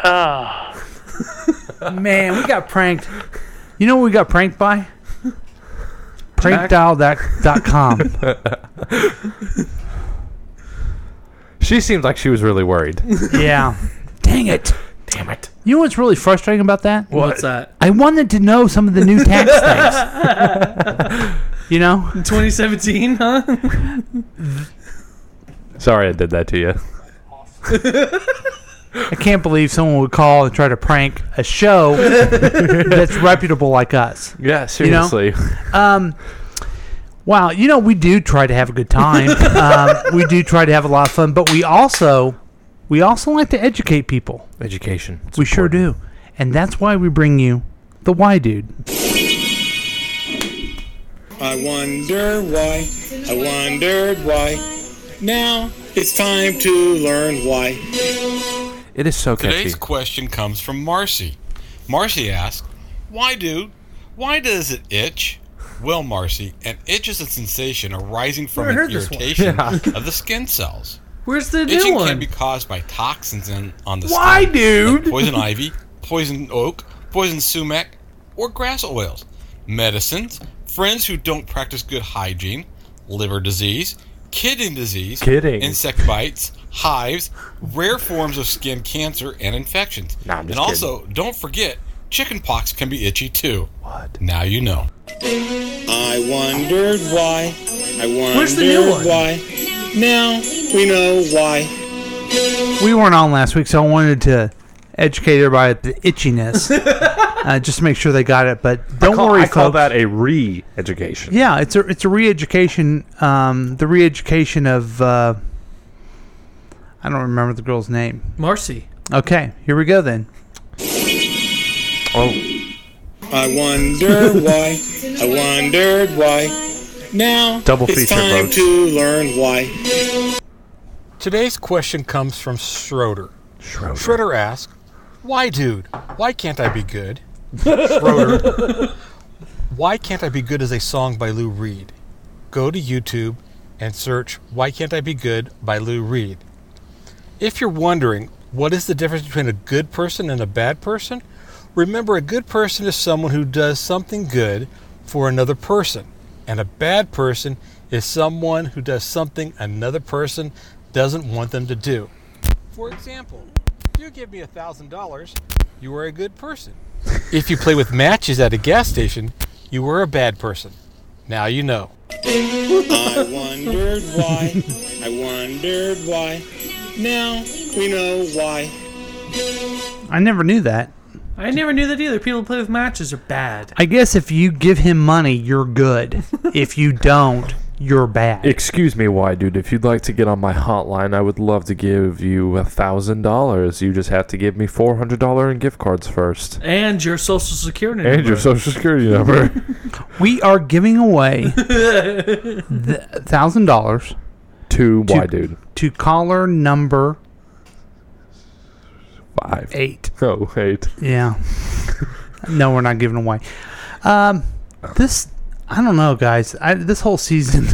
[SPEAKER 10] Ah.
[SPEAKER 7] Man, we got pranked. You know what we got pranked by? Prankdial.com.
[SPEAKER 9] She seemed like she was really worried.
[SPEAKER 7] yeah. Dang it.
[SPEAKER 9] Damn it.
[SPEAKER 7] You know what's really frustrating about that?
[SPEAKER 9] What? What's that?
[SPEAKER 7] I wanted to know some of the new tax things. you know?
[SPEAKER 8] 2017, huh?
[SPEAKER 9] Sorry I did that to you.
[SPEAKER 7] I can't believe someone would call and try to prank a show that's reputable like us.
[SPEAKER 9] Yeah,
[SPEAKER 7] You know?
[SPEAKER 9] seriously.
[SPEAKER 7] Um, wow, you know we do try to have a good time. um, we do try to have a lot of fun, but we also we also like to educate people.
[SPEAKER 9] Education.
[SPEAKER 7] we sure do, and that's why we bring you the Why Dude.
[SPEAKER 16] I wonder why. I wondered why. Now it's time to learn why.
[SPEAKER 9] It is so catchy.
[SPEAKER 17] Today's question comes from Marcy. Marcy asks, Why do, why does it itch? Well, Marcy, an itch is a sensation arising from
[SPEAKER 8] Never
[SPEAKER 17] an
[SPEAKER 8] heard this one.
[SPEAKER 17] irritation
[SPEAKER 8] Yeah.
[SPEAKER 17] of the skin cells.
[SPEAKER 8] Where's the
[SPEAKER 17] Itching
[SPEAKER 8] new one?
[SPEAKER 17] can be caused by toxins in, on the
[SPEAKER 8] Why,
[SPEAKER 17] skin,
[SPEAKER 8] dude?
[SPEAKER 17] like poison ivy, poison oak, poison sumac, or grass oils. Medicines, friends who don't practice good hygiene, liver disease, kidney disease,
[SPEAKER 9] Kidding.
[SPEAKER 17] insect bites, hives, rare forms of skin cancer, and infections.
[SPEAKER 9] I'm
[SPEAKER 17] and
[SPEAKER 9] just
[SPEAKER 17] also, don't forget, chicken pox can be itchy too. What? Now you know.
[SPEAKER 16] I wondered why. I wondered
[SPEAKER 17] Where's the new one?
[SPEAKER 16] why. Now we know why.
[SPEAKER 7] We weren't on last week, so I wanted to educate everybody at the itchiness, uh, just to make sure they got it. But don't
[SPEAKER 9] I call,
[SPEAKER 7] worry,
[SPEAKER 9] I call
[SPEAKER 7] folks.
[SPEAKER 9] that a re-education.
[SPEAKER 7] Yeah, it's a it's a re-education, um, the re-education of uh, I don't remember the girl's name.
[SPEAKER 8] Marcy.
[SPEAKER 7] Okay, here we go then.
[SPEAKER 9] Oh,
[SPEAKER 16] I wondered why. I wondered why. Now
[SPEAKER 9] Double
[SPEAKER 16] it's
[SPEAKER 9] feature
[SPEAKER 16] time
[SPEAKER 9] votes.
[SPEAKER 16] to learn why.
[SPEAKER 17] Today's question comes from Schroeder. Schroeder. asks, Why, dude? Why can't I be good? Schroeder, Why Can't I Be Good is a song by Lou Reed. Go to YouTube and search Why Can't I Be Good by Lou Reed. If you're wondering what is the difference between a good person and a bad person, remember a good person is someone who does something good for another person, and a bad person is someone who does something another person doesn't want them to do. For example, if you give me a thousand dollars, you are a good person. If you play with matches at a gas station, you were a bad person. Now you know.
[SPEAKER 16] I wondered why. I wondered why. Now we know why.
[SPEAKER 7] I never knew that.
[SPEAKER 8] I never knew that either. People who play with matches are bad.
[SPEAKER 7] I guess if you give him money, you're good. if you don't, you're bad.
[SPEAKER 9] Excuse me, why, dude? If you'd like to get on my hotline, I would love to give you a thousand dollars. You just have to give me four hundred dollar in gift cards first,
[SPEAKER 8] And your social security
[SPEAKER 9] and your social security number.
[SPEAKER 7] We are giving away thousand dollars
[SPEAKER 9] to why, dude?
[SPEAKER 7] to caller number
[SPEAKER 9] Five.
[SPEAKER 7] Eight.
[SPEAKER 9] Oh, eight.
[SPEAKER 7] Yeah. no, we're not giving away. Um, this I don't know, guys. I, this whole season,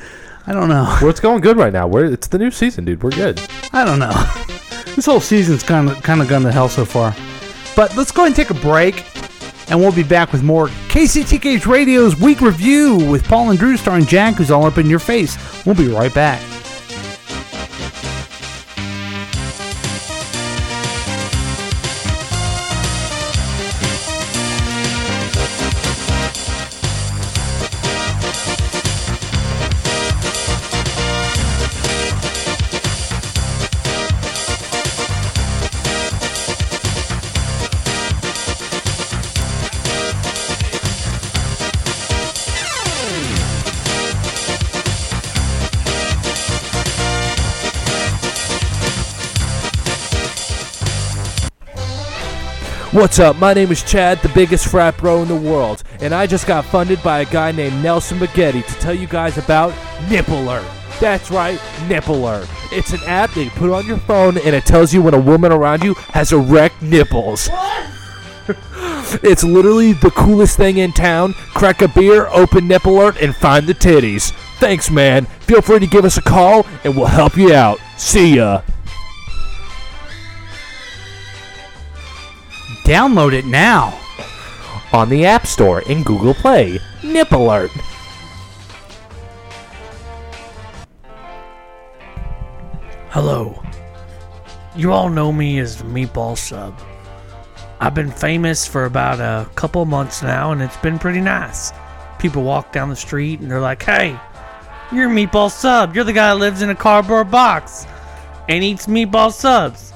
[SPEAKER 7] I don't know.
[SPEAKER 9] Well, it's going good right now. We're it's the new season, dude. We're good.
[SPEAKER 7] I don't know. This whole season's kind of kind of gone to hell so far. But let's go ahead and take a break, and we'll be back with more KCTKH Radio's Week Review with Paul and Drew, starring Jack, who's all up in your face. We'll be right back.
[SPEAKER 14] What's up? My name is Chad, the biggest frat bro in the world, and I just got funded by a guy named Nelson Baghetti to tell you guys about Nippler. That's right, Nippler. It's an app that you put on your phone and it tells you when a woman around you has erect nipples. It's literally the coolest thing in town. Crack a beer, open nip alert, and find the titties. Thanks, man. Feel free to give us a call and we'll help you out. See ya.
[SPEAKER 7] Download it now.
[SPEAKER 9] On the App Store and Google Play. Nip alert.
[SPEAKER 8] Hello. You all know me as the Meatball Sub. I've been famous for about a couple months now, and it's been pretty nice. People walk down the street and they're like, hey, you're Meatball Sub. You're the guy that lives in a cardboard box and eats meatball subs.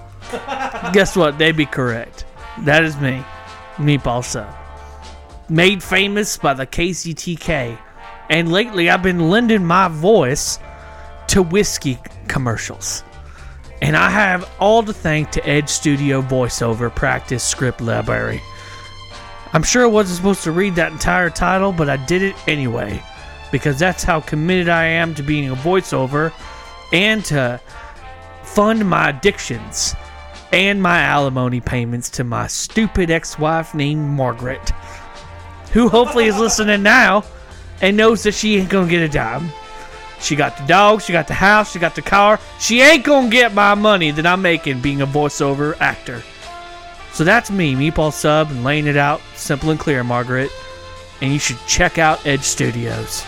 [SPEAKER 8] Guess what? They'd be correct. That is me, Meatball Sub. Made famous by the KCTK. And lately, I've been lending my voice to whiskey commercials. And I have all to thank to Edge Studio VoiceOver Practice Script Library. I'm sure I wasn't supposed to read that entire title, but I did it anyway, because that's how committed I am to being a voiceover and to fund my addictions and my alimony payments to my stupid ex wife named Margaret, who hopefully is listening now and knows that she ain't gonna get a dime. She got the dog, she got the house, she got the car. She ain't gonna get my money that I'm making being a voiceover actor. So that's me, Meatball Sub, and laying it out simple and clear, Margaret. And you should check out Edge Studios.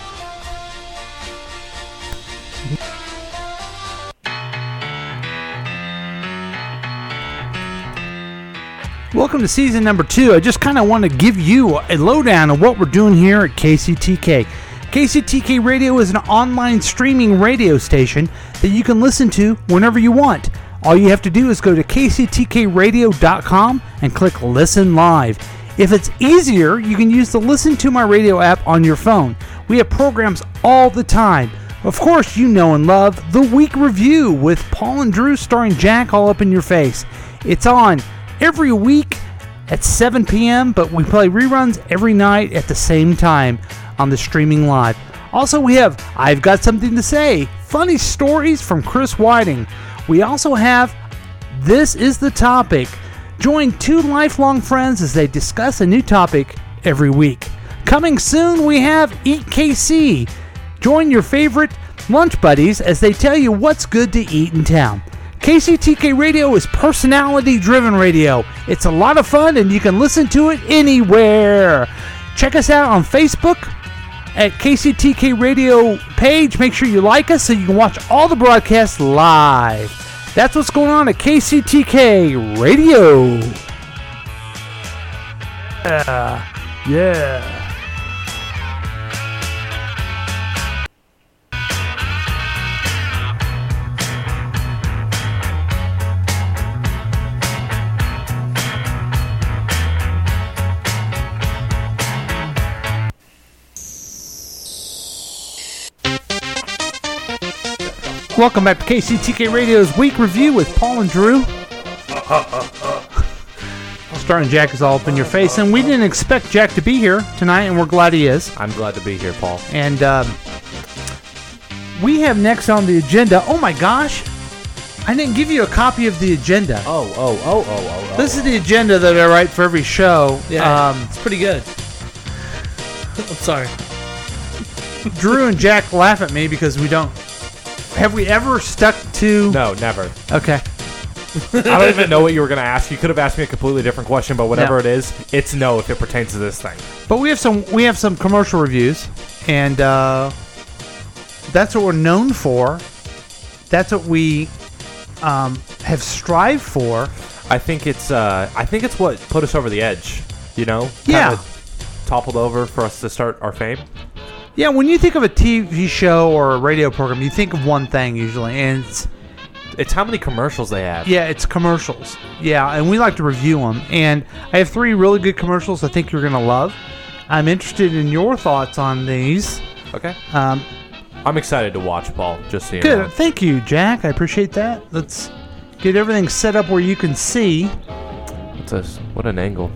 [SPEAKER 7] Welcome to season number two. I just kind of want to give you a lowdown on what we're doing here at KCTK. KCTK Radio is an online streaming radio station that you can listen to whenever you want. All you have to do is go to kctkradio.com and click Listen Live. If it's easier, you can use the Listen to My Radio app on your phone. We have programs all the time. Of course, you know and love The Week Review with Paul and Drew starring Jack all up in your face. It's on every week at 7 p.m., but we play reruns every night at the same time on the streaming live. Also, we have I've Got Something to Say, funny stories from Chris Whiting. We also have This is the Topic. Join two lifelong friends as they discuss a new topic every week. Coming soon, we have E Eat KC. Join your favorite lunch buddies as they tell you what's good to eat in town. KCTK Radio is personality driven radio. It's a lot of fun and you can listen to it anywhere. Check us out on Facebook at KCTK Radio page. Make sure you like us so you can watch all the broadcasts live. That's what's going on at KCTK Radio. Yeah. Yeah. Welcome back to KCTK Radio's Week Review with Paul and Drew. Starting Jack is all up in your face, and we didn't expect Jack to be here tonight, and we're glad he is.
[SPEAKER 9] I'm glad to be here, Paul.
[SPEAKER 7] And um, we have next on the agenda. Oh my gosh, I didn't give you a copy of the agenda.
[SPEAKER 9] Oh, oh, oh, oh, oh. oh.
[SPEAKER 7] This is the agenda that I write for every show.
[SPEAKER 8] Yeah,
[SPEAKER 7] Um,
[SPEAKER 8] it's pretty good. I'm sorry.
[SPEAKER 7] Drew and Jack laugh at me because we don't. Have we ever stuck to?
[SPEAKER 9] No, never.
[SPEAKER 7] Okay.
[SPEAKER 9] I don't even know what you were going to ask. You could have asked me a completely different question, but whatever
[SPEAKER 7] No.
[SPEAKER 9] it is, it's no if it pertains to this thing.
[SPEAKER 7] But we have some we have some commercial reviews, and uh, that's what we're known for. That's what we um, have strived for.
[SPEAKER 9] I think it's uh, I think it's what put us over the edge. You know,
[SPEAKER 7] Yeah.
[SPEAKER 9] Kinda toppled over for us to start our fame.
[SPEAKER 7] Yeah, when you think of a TV show or a radio program, you think of one thing usually, and it's,
[SPEAKER 9] It's how many commercials they have.
[SPEAKER 7] yeah, it's commercials. Yeah, and we like to review them. And I have three really good commercials I think you're gonna love. I'm interested in your thoughts on these.
[SPEAKER 9] Okay.
[SPEAKER 7] Um,
[SPEAKER 9] I'm excited to watch Paul. Just so you
[SPEAKER 7] Good.
[SPEAKER 9] know.
[SPEAKER 7] Thank you, Jack. I appreciate that. Let's get everything set up where you can see.
[SPEAKER 9] Let's this. What an angle.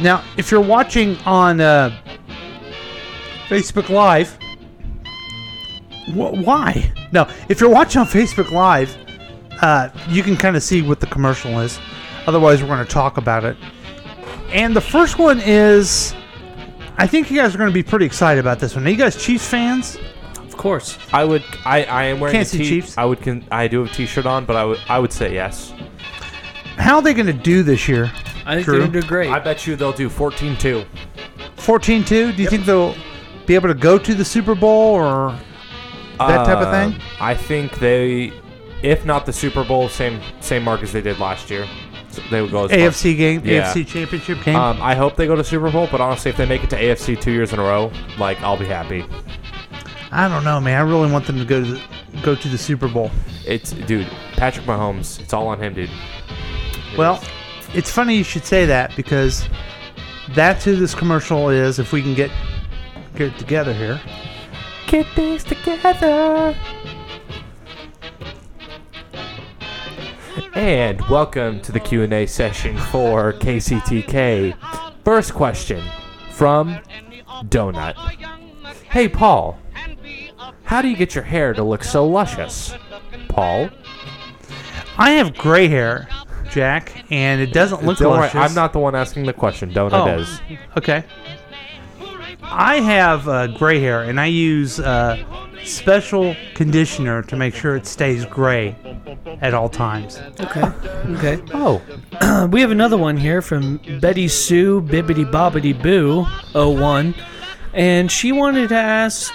[SPEAKER 7] Now, if you're watching on uh, Facebook Live, wh- why? No, if you're watching on Facebook Live, uh, you can kind of see what the commercial is. Otherwise, we're going to talk about it. And the first one is, I think you guys are going to be pretty excited about this one. Are you guys Chiefs fans?
[SPEAKER 8] Of course.
[SPEAKER 9] I would. I, I am wearing
[SPEAKER 7] Kansas
[SPEAKER 9] a
[SPEAKER 7] City
[SPEAKER 9] t-
[SPEAKER 7] Chiefs.
[SPEAKER 9] I would. Con- I do have a T-shirt on, but I would. I would say yes.
[SPEAKER 7] How are they going to do this year? Drew?
[SPEAKER 9] do great. I bet you they'll do 14-2.
[SPEAKER 7] 14 2? Do you think they'll be able to go to the Super Bowl or that type of thing?
[SPEAKER 9] Um, I think they, if not the Super Bowl, same same mark as they did last year. So they would go as far-
[SPEAKER 7] AFC game, AFC championship game?
[SPEAKER 9] Um, I hope they go to Super Bowl, but honestly, if they make it to AFC two years in a row, like I'll be happy.
[SPEAKER 7] I don't know, man. I really want them to go to the, go to the Super Bowl.
[SPEAKER 9] It's dude, Patrick Mahomes. It's all on him, dude.
[SPEAKER 7] Well, it's funny you should say that because that's who this commercial is. If we can get get it together here,
[SPEAKER 9] Get things together. And welcome to the Q&A session for KCTK. First question from Donut. Hey Paul, how do you get your hair to look so luscious? Paul,
[SPEAKER 7] I have gray hair, Jack, and it doesn't look
[SPEAKER 9] Don't worry,
[SPEAKER 7] luscious.
[SPEAKER 9] I'm not the one asking the question. Donut
[SPEAKER 7] Oh,
[SPEAKER 9] is.
[SPEAKER 7] okay. I have uh, gray hair, and I use uh, special conditioner to make sure it stays gray at all times.
[SPEAKER 8] Okay. Okay.
[SPEAKER 9] Oh.
[SPEAKER 8] we have another one here from Betty Sue Bibbity Bobbity Boo 01. And she wanted to ask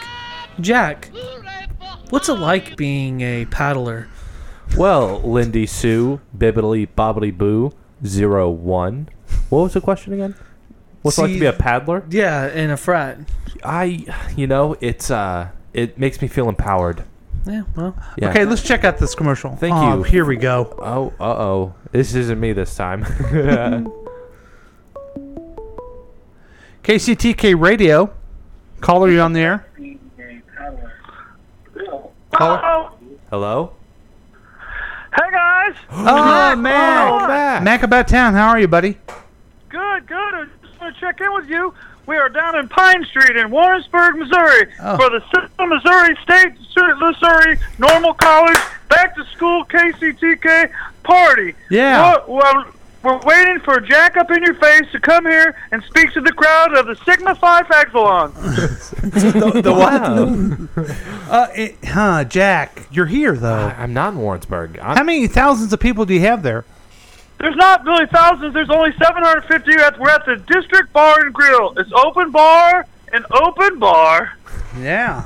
[SPEAKER 8] Jack, what's it like being a paddler?
[SPEAKER 9] Well, Lindy Sue, Bibbly Bobbly Boo, zero one. What was the question again? What's it like to
[SPEAKER 8] See-
[SPEAKER 9] be a paddler?
[SPEAKER 8] Yeah, in a frat.
[SPEAKER 9] I, you know, it's uh, it makes me feel empowered.
[SPEAKER 8] Yeah, well.
[SPEAKER 9] Yeah.
[SPEAKER 7] Okay, let's check out this commercial.
[SPEAKER 9] Thank
[SPEAKER 7] Oh,
[SPEAKER 9] you.
[SPEAKER 7] Here we go.
[SPEAKER 9] Oh, uh oh, this isn't me this time.
[SPEAKER 7] KCTK Radio. Caller, you on the air? Caller?
[SPEAKER 9] Hello.
[SPEAKER 12] Hey guys.
[SPEAKER 7] Oh, Mac. Mac about town. How are you, buddy?
[SPEAKER 12] Good, good. I just want to check in with you. We are down in Pine Street in Warrensburg, Missouri,
[SPEAKER 7] Oh.
[SPEAKER 12] for the Central Missouri State Missouri Normal College Back to School KCTK party.
[SPEAKER 7] Yeah.
[SPEAKER 12] We're, we're- we're waiting for Jack Up in Your Face to come here and speak to the crowd of the Sigma Phi Phagphalon.
[SPEAKER 7] the, uh, it, huh, Jack, you're here, though.
[SPEAKER 9] I'm not in Warrensburg.
[SPEAKER 7] How many thousands of people do you have there?
[SPEAKER 12] There's not really thousands. There's only 750. We're at- We're at the District Bar and Grill. It's open bar and open bar.
[SPEAKER 7] Yeah.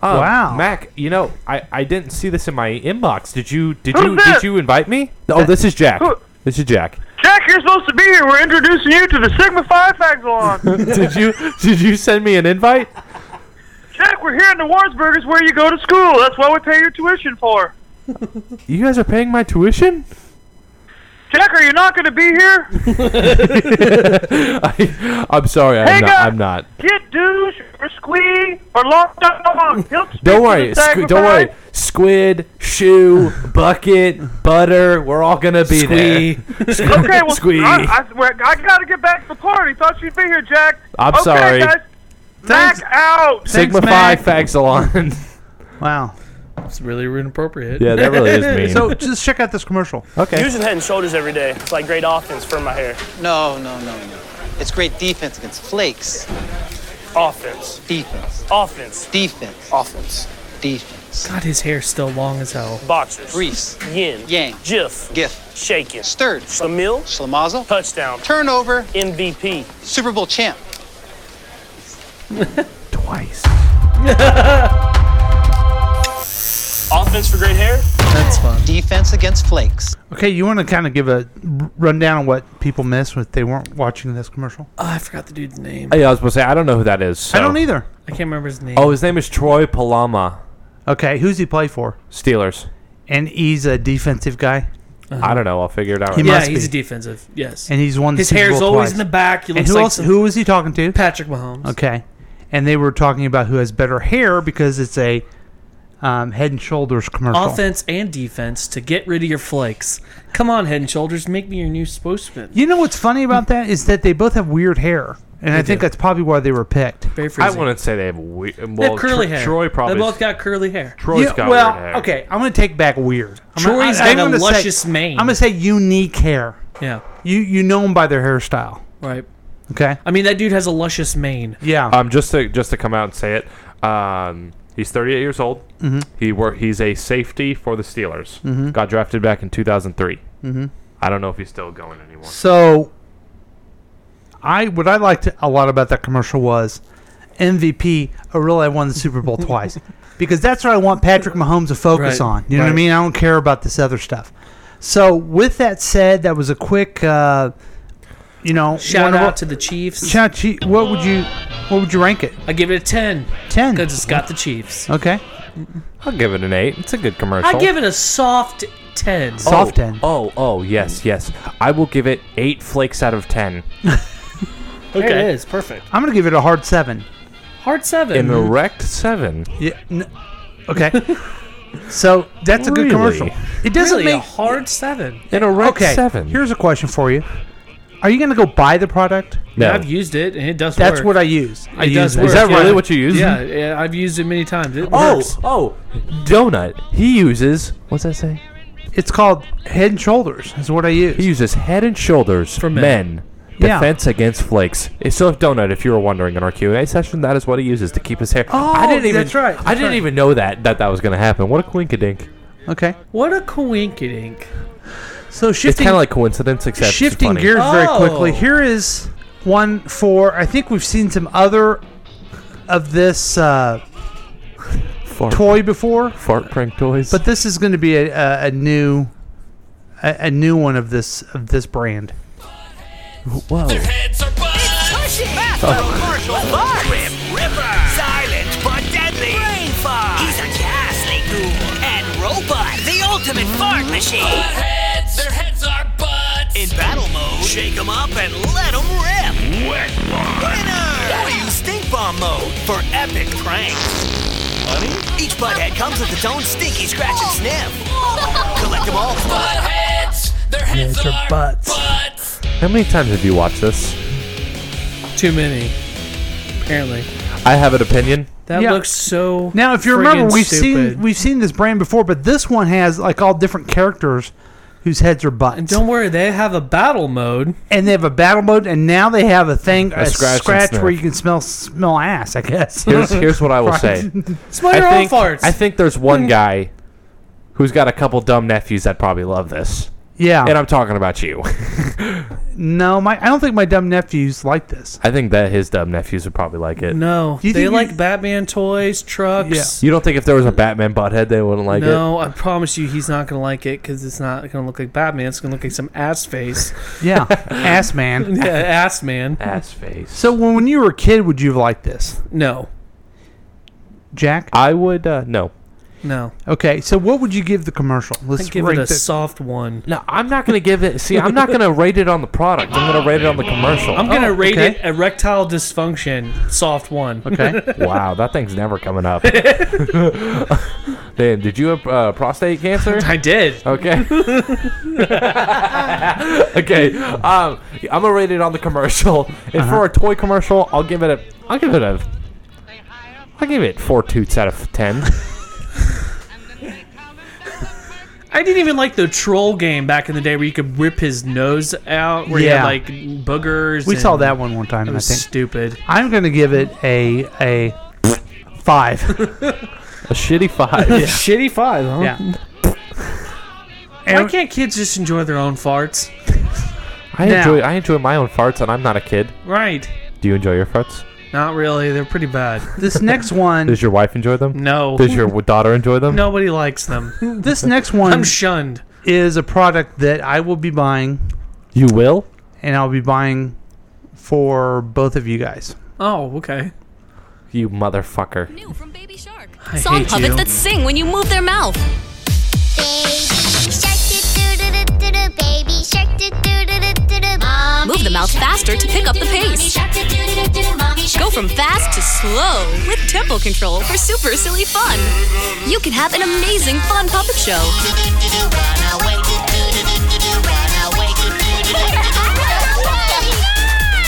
[SPEAKER 9] Um,
[SPEAKER 7] Wow.
[SPEAKER 9] Mac. You know, I, I didn't see this in my inbox. Did you? Did
[SPEAKER 12] Who's
[SPEAKER 9] you?
[SPEAKER 12] this?
[SPEAKER 9] Did you invite me? Oh, this is Jack. This is Jack.
[SPEAKER 12] Jack, you're supposed to be here. We're introducing you to the Sigma Phi Phagphalon.
[SPEAKER 9] did you? Did you send me an invite?
[SPEAKER 12] Jack, we're here in the Warrensburg. Is where you go to school. That's what we pay your tuition for.
[SPEAKER 9] You guys are paying my tuition?
[SPEAKER 12] Jack, are you not going to be here?
[SPEAKER 9] I, I'm sorry. I'm
[SPEAKER 12] Hey,
[SPEAKER 9] not.
[SPEAKER 12] guys.
[SPEAKER 9] I'm not.
[SPEAKER 12] Get douche or squee or locked up. He'll speak
[SPEAKER 9] Don't
[SPEAKER 12] to
[SPEAKER 9] worry.
[SPEAKER 12] the
[SPEAKER 9] Squ- don't worry.
[SPEAKER 12] sacrifice.
[SPEAKER 9] Squid, shoe, bucket, butter. We're all gonna be there. Sque-
[SPEAKER 12] okay, well,
[SPEAKER 9] squee.
[SPEAKER 12] I, I, well, I got to get back to the party. Thought you'd be here, Jack.
[SPEAKER 9] I'm
[SPEAKER 12] okay,
[SPEAKER 9] sorry.
[SPEAKER 12] Guys. Mac out.
[SPEAKER 9] Sigma Phi Fag Salon.
[SPEAKER 7] Wow.
[SPEAKER 8] It's really inappropriate.
[SPEAKER 9] Yeah, that really is mean.
[SPEAKER 7] so just check out this commercial.
[SPEAKER 18] Using head and shoulders every day. It's like great offense for my hair.
[SPEAKER 19] No, no, no, no. It's great defense against flakes.
[SPEAKER 18] Offense.
[SPEAKER 19] Defense.
[SPEAKER 18] Offense.
[SPEAKER 19] Defense.
[SPEAKER 18] Offense.
[SPEAKER 19] Defense.
[SPEAKER 8] God, his hair's still long as hell.
[SPEAKER 18] Boxers.
[SPEAKER 19] Reese.
[SPEAKER 18] Yin.
[SPEAKER 19] Yang.
[SPEAKER 18] Jif.
[SPEAKER 19] Gif.
[SPEAKER 18] Shaken.
[SPEAKER 19] Stirred.
[SPEAKER 18] Slamil.
[SPEAKER 19] Slamazel.
[SPEAKER 18] Touchdown.
[SPEAKER 19] Turnover.
[SPEAKER 18] MVP.
[SPEAKER 19] Super Bowl champ.
[SPEAKER 9] Twice.
[SPEAKER 18] Offense for great hair.
[SPEAKER 8] That's fun.
[SPEAKER 19] Defense against flakes.
[SPEAKER 7] Okay, you want to kind of give a r- rundown on what people miss if they weren't watching this commercial?
[SPEAKER 8] Oh, I forgot the dude's name.
[SPEAKER 9] Hey, I was gonna say I don't know who that is.
[SPEAKER 7] I don't
[SPEAKER 9] so-
[SPEAKER 7] either.
[SPEAKER 8] I can't remember his name.
[SPEAKER 9] Oh, his name is Troy Palama.
[SPEAKER 7] Okay, who's he play for?
[SPEAKER 9] Steelers.
[SPEAKER 7] And he's a defensive guy.
[SPEAKER 9] I don't know. I'll figure it out.
[SPEAKER 7] He
[SPEAKER 8] Uh-huh. yeah,
[SPEAKER 7] must
[SPEAKER 8] he's
[SPEAKER 7] be.
[SPEAKER 8] defensive. Yes.
[SPEAKER 7] And he's won the
[SPEAKER 8] His
[SPEAKER 7] Super
[SPEAKER 8] hair's
[SPEAKER 7] Bowl
[SPEAKER 8] always
[SPEAKER 7] twice.
[SPEAKER 8] in the back. He
[SPEAKER 7] And
[SPEAKER 8] looks
[SPEAKER 7] who
[SPEAKER 8] like
[SPEAKER 7] else-
[SPEAKER 8] some-
[SPEAKER 7] who was he talking to?
[SPEAKER 8] Patrick Mahomes.
[SPEAKER 7] Okay. And they were talking about who has better hair because it's a um, Head and Shoulders commercial.
[SPEAKER 8] Offense and defense to get rid of your flakes. Come on, Head and Shoulders, make me your new spokesman.
[SPEAKER 7] You know what's funny about that is that they both have weird hair, and
[SPEAKER 8] They
[SPEAKER 7] I think
[SPEAKER 8] do.
[SPEAKER 7] that's probably why they were picked.
[SPEAKER 8] Very
[SPEAKER 9] I
[SPEAKER 8] frizzy.
[SPEAKER 9] wouldn't say they have. We-
[SPEAKER 8] They
[SPEAKER 9] well,
[SPEAKER 8] have curly
[SPEAKER 9] Tro-
[SPEAKER 8] hair.
[SPEAKER 9] Troy probably.
[SPEAKER 8] They both got curly hair.
[SPEAKER 9] Troy's
[SPEAKER 7] Yeah,
[SPEAKER 9] got
[SPEAKER 7] well,
[SPEAKER 9] weird hair.
[SPEAKER 7] okay, I'm gonna take back weird. I'm
[SPEAKER 8] Troy's
[SPEAKER 7] I- I'm
[SPEAKER 8] got a
[SPEAKER 7] gonna say-
[SPEAKER 8] luscious mane.
[SPEAKER 7] I'm gonna say unique hair.
[SPEAKER 8] Yeah.
[SPEAKER 7] You you know them by their hairstyle.
[SPEAKER 8] Right.
[SPEAKER 7] Okay.
[SPEAKER 8] I mean, that dude has a luscious mane.
[SPEAKER 7] Yeah.
[SPEAKER 9] Um, just to just to come out and say it, um, he's 38 years old.
[SPEAKER 8] Mhm.
[SPEAKER 9] He work. He's a safety for the Steelers.
[SPEAKER 8] Mm-hmm.
[SPEAKER 7] Mhm.
[SPEAKER 9] Got drafted back in 2003.
[SPEAKER 7] Mhm.
[SPEAKER 9] I don't know if he's still going anymore.
[SPEAKER 7] So, I what I liked a lot about that commercial was MVP. I really won the Super Bowl twice because that's what I want Patrick Mahomes to focus
[SPEAKER 8] Right,
[SPEAKER 7] on. You know what I
[SPEAKER 8] right.
[SPEAKER 7] mean? I don't care about this other stuff. So, with that said, that was a quick, uh, you know,
[SPEAKER 8] Shout
[SPEAKER 7] one of-
[SPEAKER 8] out to the Chiefs.
[SPEAKER 7] Shout out Chief- What would you What would you rank it?
[SPEAKER 8] I give it a 10.
[SPEAKER 7] 10.
[SPEAKER 8] Because it's got the Chiefs.
[SPEAKER 7] Okay.
[SPEAKER 9] I'll give it an eight. It's a good commercial.
[SPEAKER 8] I give it a soft 10.
[SPEAKER 9] oh, Oh, oh, yes, yes. I will give it eight flakes out of ten.
[SPEAKER 8] Oh, Okay. There it is. Perfect.
[SPEAKER 7] I'm gonna give it a hard seven.
[SPEAKER 8] Hard 7.
[SPEAKER 9] An erect seven.
[SPEAKER 7] Yeah. n- okay. so that's a good
[SPEAKER 9] Really?
[SPEAKER 7] commercial. It doesn't
[SPEAKER 8] Really, a
[SPEAKER 7] make
[SPEAKER 8] hard 7.
[SPEAKER 9] In a rec
[SPEAKER 7] okay,
[SPEAKER 9] seven.
[SPEAKER 7] Here's a question for you: Are you going to go buy the product?
[SPEAKER 9] No.
[SPEAKER 8] I've used it and it does
[SPEAKER 7] That's
[SPEAKER 8] work.
[SPEAKER 7] what I use. I
[SPEAKER 8] It
[SPEAKER 7] use
[SPEAKER 8] does
[SPEAKER 7] it.
[SPEAKER 8] work.
[SPEAKER 7] Is that
[SPEAKER 8] yeah.
[SPEAKER 9] really what you use?
[SPEAKER 8] Yeah, yeah, I've used it many times. It
[SPEAKER 9] Oh,
[SPEAKER 8] works.
[SPEAKER 9] oh, donut. He uses. What's that say?
[SPEAKER 7] It's called Head and Shoulders. Is what I use.
[SPEAKER 9] He uses Head and Shoulders for
[SPEAKER 7] men.
[SPEAKER 9] men.
[SPEAKER 7] Yeah.
[SPEAKER 9] Defense against flakes. It's still donut. If you were wondering in our Q and A session, that is what he uses to keep his hair.
[SPEAKER 7] Oh,
[SPEAKER 9] I didn't even.
[SPEAKER 7] that's right,
[SPEAKER 9] I
[SPEAKER 7] that's
[SPEAKER 9] didn't
[SPEAKER 7] right. Oh,
[SPEAKER 9] even know that that that was going to happen. What a coinkadink!
[SPEAKER 7] Okay.
[SPEAKER 8] What a coinkydink.
[SPEAKER 7] So shifting.
[SPEAKER 9] it's kind of like coincidence, except
[SPEAKER 7] shifting
[SPEAKER 9] funny.
[SPEAKER 7] gears very quickly.
[SPEAKER 8] Oh.
[SPEAKER 7] Here is one for I think we've seen some other of this uh,
[SPEAKER 9] Fart-
[SPEAKER 7] toy before,
[SPEAKER 9] Fart prank toys.
[SPEAKER 7] but this is going to be a, a, a new a, a new one of this of this brand.
[SPEAKER 9] Whoa!
[SPEAKER 20] Oh. Silent but deadly. Brain fart. He's a ghastly ghoul and robot. The ultimate fart machine. heads. Their heads are butts. In battle mode, shake 'em up and let 'em rip. Wet fart. Winner. We use stink bomb mode for epic pranks. Honey? Each butthead comes with its own stinky scratch and sniff. Collect 'em all. Buttheads. Their heads
[SPEAKER 9] Miniature
[SPEAKER 20] are
[SPEAKER 9] butts. How many times have you watched this?
[SPEAKER 8] Too many. Apparently.
[SPEAKER 9] I have an opinion.
[SPEAKER 8] That
[SPEAKER 7] Yeah.
[SPEAKER 8] looks so.
[SPEAKER 7] Now, if you
[SPEAKER 8] friggin'
[SPEAKER 7] remember, we've
[SPEAKER 8] stupid.
[SPEAKER 7] seen we've seen this brand before, but this one has like all different characters whose heads are butts. And
[SPEAKER 8] don't worry, they have a battle mode.
[SPEAKER 7] And they have a battle mode, and now they have a thing a,
[SPEAKER 9] A scratch
[SPEAKER 7] scratch,
[SPEAKER 9] and sniff.
[SPEAKER 7] where you can smell smell ass. I guess.
[SPEAKER 9] Here's here's what I will
[SPEAKER 7] Right.
[SPEAKER 9] say.
[SPEAKER 8] Smell
[SPEAKER 9] I
[SPEAKER 8] your own
[SPEAKER 9] think,
[SPEAKER 8] farts.
[SPEAKER 9] I think there's one guy who's got a couple dumb nephews that probably love this.
[SPEAKER 7] Yeah.
[SPEAKER 9] And I'm talking about you.
[SPEAKER 7] No, my I don't think my dumb nephews like this.
[SPEAKER 9] I think that his dumb nephews would probably like it.
[SPEAKER 8] No,
[SPEAKER 7] You
[SPEAKER 8] they
[SPEAKER 7] think-
[SPEAKER 8] like Batman toys, trucks.
[SPEAKER 9] You don't think if there was a Batman butthead they wouldn't like it?
[SPEAKER 8] no, I promise you, he's not gonna like it because it's not gonna look like Batman. It's gonna look like some ass face.
[SPEAKER 7] Yeah, ass man.
[SPEAKER 8] yeah, ass man.
[SPEAKER 9] Ass face.
[SPEAKER 7] So when, when you were a kid, would you have liked this,
[SPEAKER 8] No,
[SPEAKER 7] Jack?
[SPEAKER 9] I would uh, no.
[SPEAKER 8] no.
[SPEAKER 7] Okay, so what would you give the commercial? Let's
[SPEAKER 8] I give it
[SPEAKER 7] rank
[SPEAKER 8] a
[SPEAKER 7] the-
[SPEAKER 8] soft one.
[SPEAKER 9] No, I'm not gonna give it see, I'm not gonna rate it on the product. I'm gonna rate it on the commercial.
[SPEAKER 8] I'm gonna
[SPEAKER 9] Oh,
[SPEAKER 8] rate
[SPEAKER 9] okay.
[SPEAKER 8] it erectile dysfunction, soft one.
[SPEAKER 9] wow, that thing's never coming up. Damn, did you have uh, prostate cancer?
[SPEAKER 8] I did.
[SPEAKER 9] Okay. okay. Um, I'm gonna rate it on the commercial, and
[SPEAKER 8] Uh-huh.
[SPEAKER 9] for a toy commercial, I'll give it a. I'll give it a. I'll give it four toots out of ten.
[SPEAKER 8] I didn't even like the troll game back in the day where you could rip his nose out, where
[SPEAKER 7] Yeah.
[SPEAKER 8] you had like boogers.
[SPEAKER 7] We
[SPEAKER 8] and-
[SPEAKER 7] saw that one one time.
[SPEAKER 8] It
[SPEAKER 7] and I
[SPEAKER 8] was
[SPEAKER 7] think
[SPEAKER 8] stupid.
[SPEAKER 7] I'm gonna give it a a five.
[SPEAKER 9] a shitty five.
[SPEAKER 8] Shitty five, huh?
[SPEAKER 7] Yeah.
[SPEAKER 8] Why can't kids just enjoy their own farts?
[SPEAKER 9] I
[SPEAKER 8] Now-
[SPEAKER 9] enjoy. I enjoy my own farts, and I'm not a kid.
[SPEAKER 8] Right.
[SPEAKER 9] Do you enjoy your farts?
[SPEAKER 8] Not really. They're pretty bad.
[SPEAKER 7] This next one.
[SPEAKER 9] Does your wife enjoy them?
[SPEAKER 8] No.
[SPEAKER 9] Does your daughter enjoy them?
[SPEAKER 8] Nobody likes them.
[SPEAKER 7] This next one
[SPEAKER 8] I'm shunned.
[SPEAKER 7] is a product that I will be buying,
[SPEAKER 9] You will.
[SPEAKER 7] and I'll be buying for both of you guys.
[SPEAKER 8] Oh, okay.
[SPEAKER 9] You motherfucker.
[SPEAKER 21] from Baby Shark.
[SPEAKER 8] I
[SPEAKER 21] Song
[SPEAKER 8] hate
[SPEAKER 21] puppets
[SPEAKER 8] you.
[SPEAKER 21] that sing when you move their mouth. Baby shark, do do do do do do. Baby shark, do do do do do do. Mom Move the mouth faster to pick up the pace. Go from fast to slow with tempo control for super silly fun. You can have an amazing fun puppet show.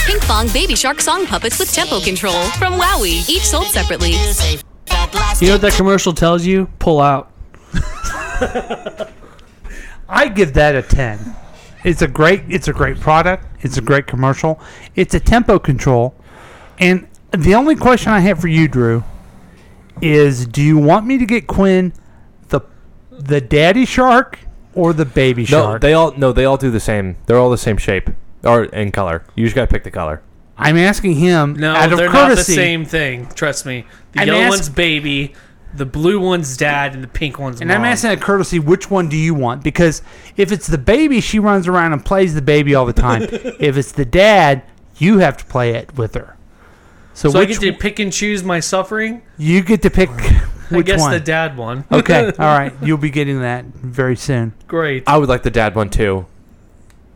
[SPEAKER 21] Ping Pong Baby Shark song puppets with tempo control from Wowie, each sold separately.
[SPEAKER 8] You know what that commercial tells you? Pull out.
[SPEAKER 7] I give that a ten. It's a great it's a great product. It's a great commercial. It's a tempo control. And the only question I have for you, Drew, is do you want me to get Quinn the the daddy shark or the baby
[SPEAKER 9] No,
[SPEAKER 7] shark?
[SPEAKER 9] they all no, they all do the same. They're all the same shape or in color. You just gotta pick the color.
[SPEAKER 7] I'm asking him
[SPEAKER 8] No,
[SPEAKER 7] out of
[SPEAKER 8] they're not the
[SPEAKER 7] courtesy.
[SPEAKER 8] same thing. Trust me. The
[SPEAKER 7] I'm
[SPEAKER 8] yellow
[SPEAKER 7] ask-
[SPEAKER 8] one's baby, the blue one's dad, and the pink one's
[SPEAKER 7] And
[SPEAKER 8] mom.
[SPEAKER 7] I'm asking a courtesy, which one do you want? Because if it's the baby, she runs around and plays the baby all the time. if it's the dad, you have to play it with her. So,
[SPEAKER 8] So, I
[SPEAKER 7] which
[SPEAKER 8] get to pick and choose my suffering.
[SPEAKER 7] you get to pick which
[SPEAKER 8] I guess
[SPEAKER 7] one?
[SPEAKER 8] the dad one.
[SPEAKER 7] okay, all right. You'll be getting that very soon.
[SPEAKER 8] Great.
[SPEAKER 9] I would like the dad one too.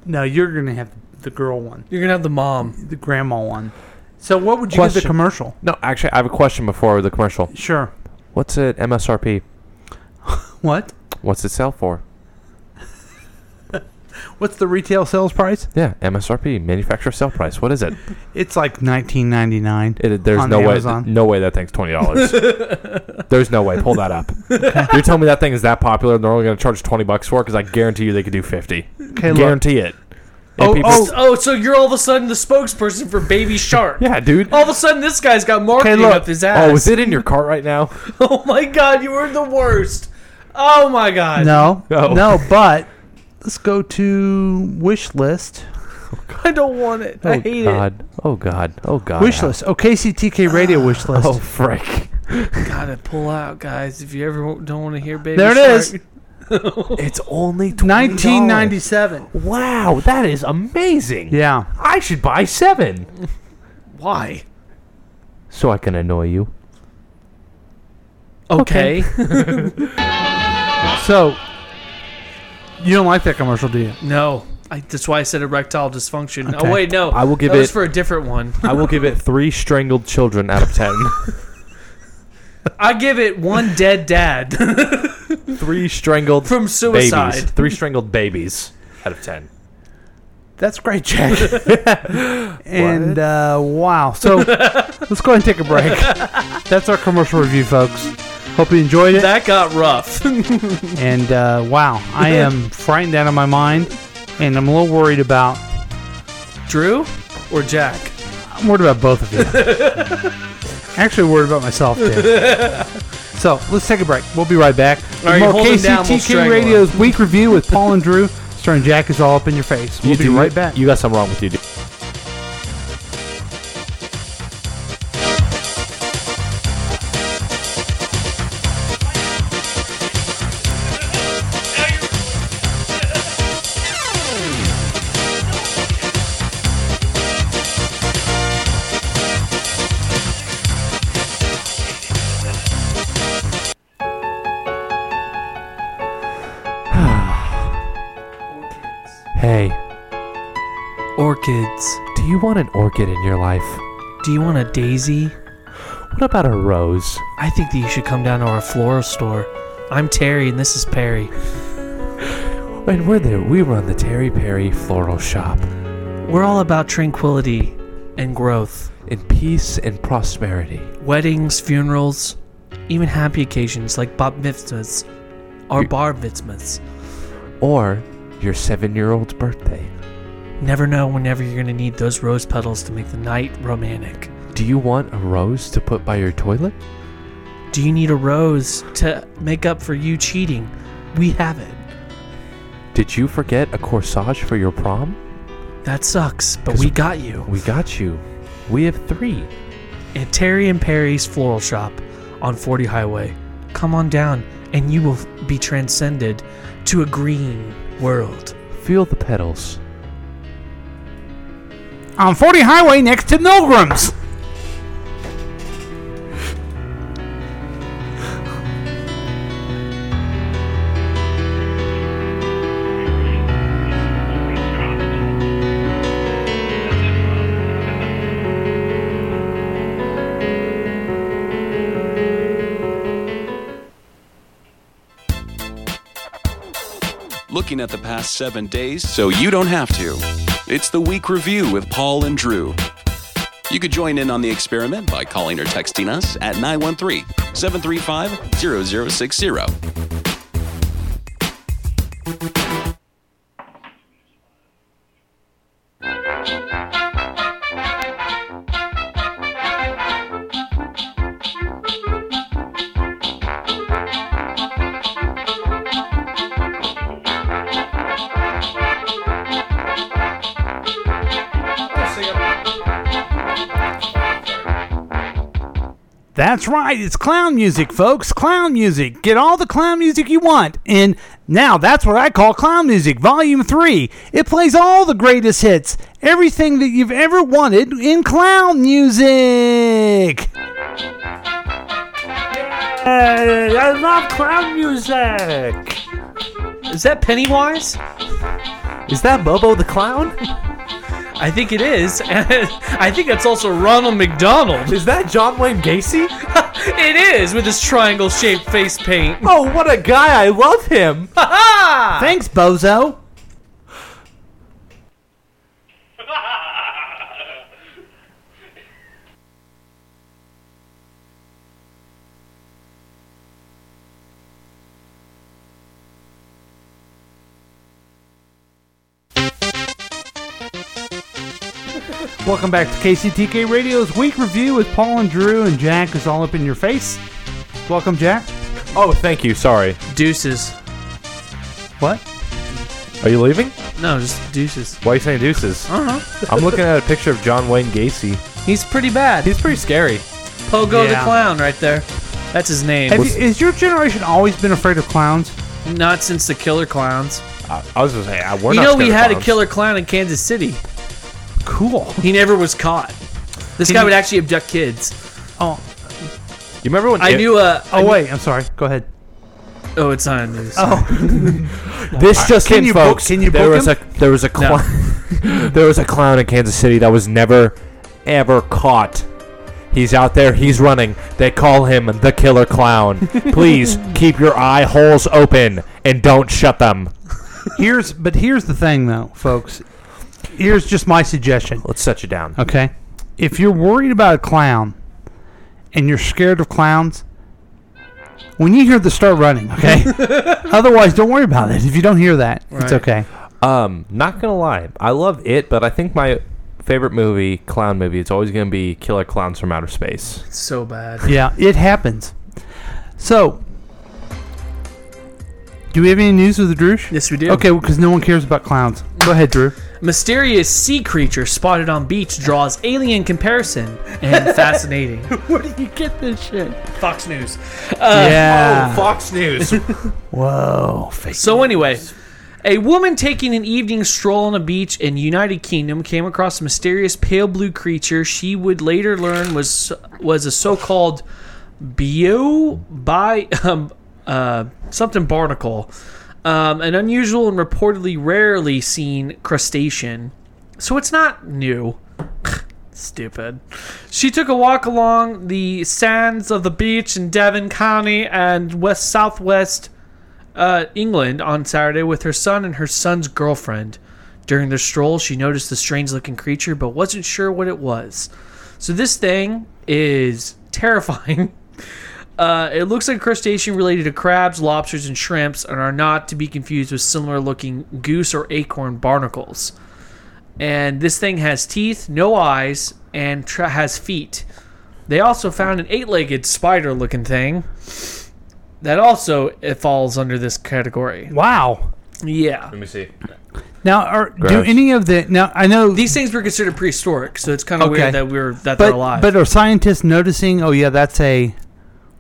[SPEAKER 7] No, you're gonna have the girl one.
[SPEAKER 8] You're gonna have the mom,
[SPEAKER 7] the grandma one. So what would you give the commercial?
[SPEAKER 9] No, actually, I have a question before the commercial.
[SPEAKER 7] Sure.
[SPEAKER 9] What's it MSRP?
[SPEAKER 7] What?
[SPEAKER 9] What's it sell for?
[SPEAKER 7] What's the retail sales price?
[SPEAKER 9] Yeah, MSRP, manufacturer sale price. What is it?
[SPEAKER 7] It's like 19.99.
[SPEAKER 9] It, there's
[SPEAKER 7] on
[SPEAKER 9] no way.
[SPEAKER 7] Amazon.
[SPEAKER 9] No way that thing's twenty dollars. there's no way. Pull that up. You're telling me that thing is that popular? and They're only going to charge twenty bucks for it because I guarantee you they could do fifty.
[SPEAKER 8] 'Kay, look.
[SPEAKER 9] guarantee it. And
[SPEAKER 8] Oh,
[SPEAKER 9] people-
[SPEAKER 8] oh, oh, so you're all of a sudden the spokesperson for Baby Shark.
[SPEAKER 9] yeah, dude.
[SPEAKER 8] All of a sudden this guy's got marketing up his ass.
[SPEAKER 9] Oh, is it in your cart right now?
[SPEAKER 8] Oh my god, you were the worst. Oh my god.
[SPEAKER 7] No,
[SPEAKER 9] Oh.
[SPEAKER 7] no. But let's go to wish list.
[SPEAKER 8] I don't want it. I
[SPEAKER 9] Oh,
[SPEAKER 8] hate
[SPEAKER 9] God. Oh God. Oh God.
[SPEAKER 7] Wish list. Oh, KCTK radio wish list. Oh,
[SPEAKER 9] frick.
[SPEAKER 8] it. Gotta pull out, guys. If you ever don't want to hear Baby
[SPEAKER 7] There it is.
[SPEAKER 8] Shark.
[SPEAKER 9] it's only
[SPEAKER 7] 1997.
[SPEAKER 9] Wow, that is amazing.
[SPEAKER 7] Yeah.
[SPEAKER 9] I should buy seven
[SPEAKER 8] Why?
[SPEAKER 9] so I can annoy you.
[SPEAKER 8] Okay.
[SPEAKER 7] so you don't like that commercial, do you?
[SPEAKER 8] No. I, that's why I said erectile dysfunction.
[SPEAKER 9] Okay.
[SPEAKER 8] Oh wait, no.
[SPEAKER 9] I will give
[SPEAKER 8] that was
[SPEAKER 9] it-
[SPEAKER 8] for a different one.
[SPEAKER 9] I will give it three strangled children out of ten.
[SPEAKER 8] I give it one dead dad.
[SPEAKER 9] three strangled
[SPEAKER 8] From suicide.
[SPEAKER 9] Babies. Three strangled babies out of ten.
[SPEAKER 7] That's great, Jack. and uh, wow. So let's go ahead and take a break. That's our commercial review, folks. Hope you
[SPEAKER 9] Oh,
[SPEAKER 7] enjoyed it.
[SPEAKER 8] that got rough.
[SPEAKER 7] And uh, wow, I am frightened out of my mind, and I'm a little worried about.
[SPEAKER 8] Drew or Jack?
[SPEAKER 7] I'm worried about both of you. Actually, worried about myself too. So let's take a break. We'll be right back.
[SPEAKER 8] All right,
[SPEAKER 7] With more
[SPEAKER 8] hold him down, we'll
[SPEAKER 7] KCTK
[SPEAKER 8] strangle
[SPEAKER 7] Radio's week review with Paul and Drew. Starring Jack is all up in your face. We'll be
[SPEAKER 9] do-
[SPEAKER 7] right back.
[SPEAKER 9] You got something wrong with you, dude. Hey,
[SPEAKER 8] Orchids.
[SPEAKER 9] do you want an orchid in your life?
[SPEAKER 8] Do you want a daisy?
[SPEAKER 9] What about a rose?
[SPEAKER 8] I think that you should come down to our floral store. I'm Terry and this is Perry.
[SPEAKER 9] And we're there. We run the Terry Perry Floral Shop
[SPEAKER 8] We're all about tranquility and growth.
[SPEAKER 9] in peace and prosperity.
[SPEAKER 8] Weddings, funerals, even happy occasions like bat mitzvahs or bar mitzvahs.
[SPEAKER 9] Or your seven-year-old's birthday.
[SPEAKER 8] Never know whenever you're going to need those rose petals to make the night romantic.
[SPEAKER 9] Do you want a rose to put by your toilet?
[SPEAKER 8] Do you need a rose to make up for you cheating? We have it.
[SPEAKER 9] Did you forget a corsage for your prom?
[SPEAKER 8] That sucks, but we got you.
[SPEAKER 9] We got you. We have three.
[SPEAKER 8] at Terry and Perry's Floral Shop on 40 Highway. Come on down, and you will be transcended to a green world.
[SPEAKER 9] Feel the petals.
[SPEAKER 7] on 40 Highway next to Milgram's.
[SPEAKER 22] looking at the past seven days so you don't have to. It's the week review with Paul and Drew. You could join in on the experiment by calling or texting us at 913 735 0060.
[SPEAKER 7] That's right, it's clown music, folks. Clown music. Get all the clown music you want. And now that's what I call clown music, volume three. It plays all the greatest hits, everything that you've ever wanted in clown music.
[SPEAKER 2] Hey, I love clown music.
[SPEAKER 8] Is that Pennywise?
[SPEAKER 2] Is that Bobo the Clown?
[SPEAKER 8] I think it is. I think that's also Ronald McDonald.
[SPEAKER 2] Is that John Wayne Gacy?
[SPEAKER 8] it is with his triangle-shaped face paint.
[SPEAKER 2] Oh, what a guy! I love him. Ah.
[SPEAKER 7] Thanks, Bozo. Welcome back to KCTK Radio's Week Review with Paul and Drew, and Jack is all up in your face. Welcome, Jack.
[SPEAKER 9] Oh, thank you. Sorry.
[SPEAKER 8] Deuces.
[SPEAKER 7] What?
[SPEAKER 9] Are you leaving?
[SPEAKER 8] No, just deuces.
[SPEAKER 9] Why are you saying deuces?
[SPEAKER 8] Uh huh.
[SPEAKER 9] I'm looking at a picture of John Wayne Gacy.
[SPEAKER 8] He's pretty bad.
[SPEAKER 9] He's pretty scary.
[SPEAKER 8] Pogo the
[SPEAKER 9] Yeah.
[SPEAKER 8] clown right there. That's his name.
[SPEAKER 7] Have you, has your generation always been afraid of clowns?
[SPEAKER 8] Not since the killer clowns.
[SPEAKER 9] I, I was gonna say I, we're
[SPEAKER 8] you
[SPEAKER 9] not
[SPEAKER 8] know we
[SPEAKER 9] scared of
[SPEAKER 8] had a
[SPEAKER 9] clowns.
[SPEAKER 8] killer clown in Kansas City.
[SPEAKER 7] Cool.
[SPEAKER 8] He never was caught. This
[SPEAKER 7] Did
[SPEAKER 8] guy
[SPEAKER 7] he-
[SPEAKER 8] would actually abduct kids.
[SPEAKER 7] Oh.
[SPEAKER 9] You remember when
[SPEAKER 8] I
[SPEAKER 9] it-
[SPEAKER 8] knew? Uh, I
[SPEAKER 7] Oh
[SPEAKER 8] knew-
[SPEAKER 7] wait, I'm sorry. Go ahead.
[SPEAKER 8] Oh, it's not on the news.
[SPEAKER 7] Oh.
[SPEAKER 9] This just
[SPEAKER 7] can
[SPEAKER 9] in,
[SPEAKER 7] you
[SPEAKER 9] folks.
[SPEAKER 7] Book, can you
[SPEAKER 9] there
[SPEAKER 7] book
[SPEAKER 9] was
[SPEAKER 7] him?
[SPEAKER 9] a there was a clown there was a clown in Kansas City that was never ever caught. He's out there. He's running. They call him the killer clown. Please keep your eye holes open and don't shut them.
[SPEAKER 7] Here's but here's the thing though, folks. Here's just my suggestion.
[SPEAKER 9] Let's set you down.
[SPEAKER 7] Okay. If you're worried about a clown and you're scared of clowns, when you hear the start running, okay? Otherwise don't worry about it. If you don't hear that, it's okay.
[SPEAKER 9] Um, not gonna lie, I love it, but I think my favorite movie, clown movie, is always gonna be Killer Clowns from Outer Space.
[SPEAKER 8] so bad.
[SPEAKER 7] Yeah, it happens. So do we have any news with the Droosh?
[SPEAKER 8] Yes, we do.
[SPEAKER 7] Okay, because no one cares about clowns. Go ahead, Drew.
[SPEAKER 8] Mysterious sea creature spotted on beach draws alien comparison and fascinating.
[SPEAKER 7] Where do you get this shit?
[SPEAKER 8] Fox News. Uh,
[SPEAKER 7] Yeah. Oh,
[SPEAKER 9] Fox News.
[SPEAKER 7] Whoa.
[SPEAKER 8] so anyway, a woman taking an evening stroll on a beach in United Kingdom came across a mysterious pale blue creature she would later learn was was a so-called bio by um, uh, something barnacle, um, an unusual and reportedly rarely seen crustacean. So it's not new. Stupid. She took a walk along the sands of the beach in Devon County and west southwest uh, England on Saturday with her son and her son's girlfriend. During their stroll, she noticed the strange looking creature but wasn't sure what it was. So, this thing is terrifying. Uh, it looks like a crustacean related to crabs, lobsters, and shrimps, and are not to be confused with similar looking goose or acorn barnacles. And this thing has teeth, no eyes, and tra- has feet. They also found an eight legged spider looking thing that also it falls under this category.
[SPEAKER 7] Wow.
[SPEAKER 8] Yeah.
[SPEAKER 9] Let me see.
[SPEAKER 7] Now, are, do
[SPEAKER 8] Gross.
[SPEAKER 7] any of the now? I know
[SPEAKER 8] These things were considered prehistoric, so it's kind of
[SPEAKER 7] Okay.
[SPEAKER 8] weird that we're that
[SPEAKER 7] but,
[SPEAKER 8] they're alive.
[SPEAKER 7] But are scientists noticing? Oh yeah, that's a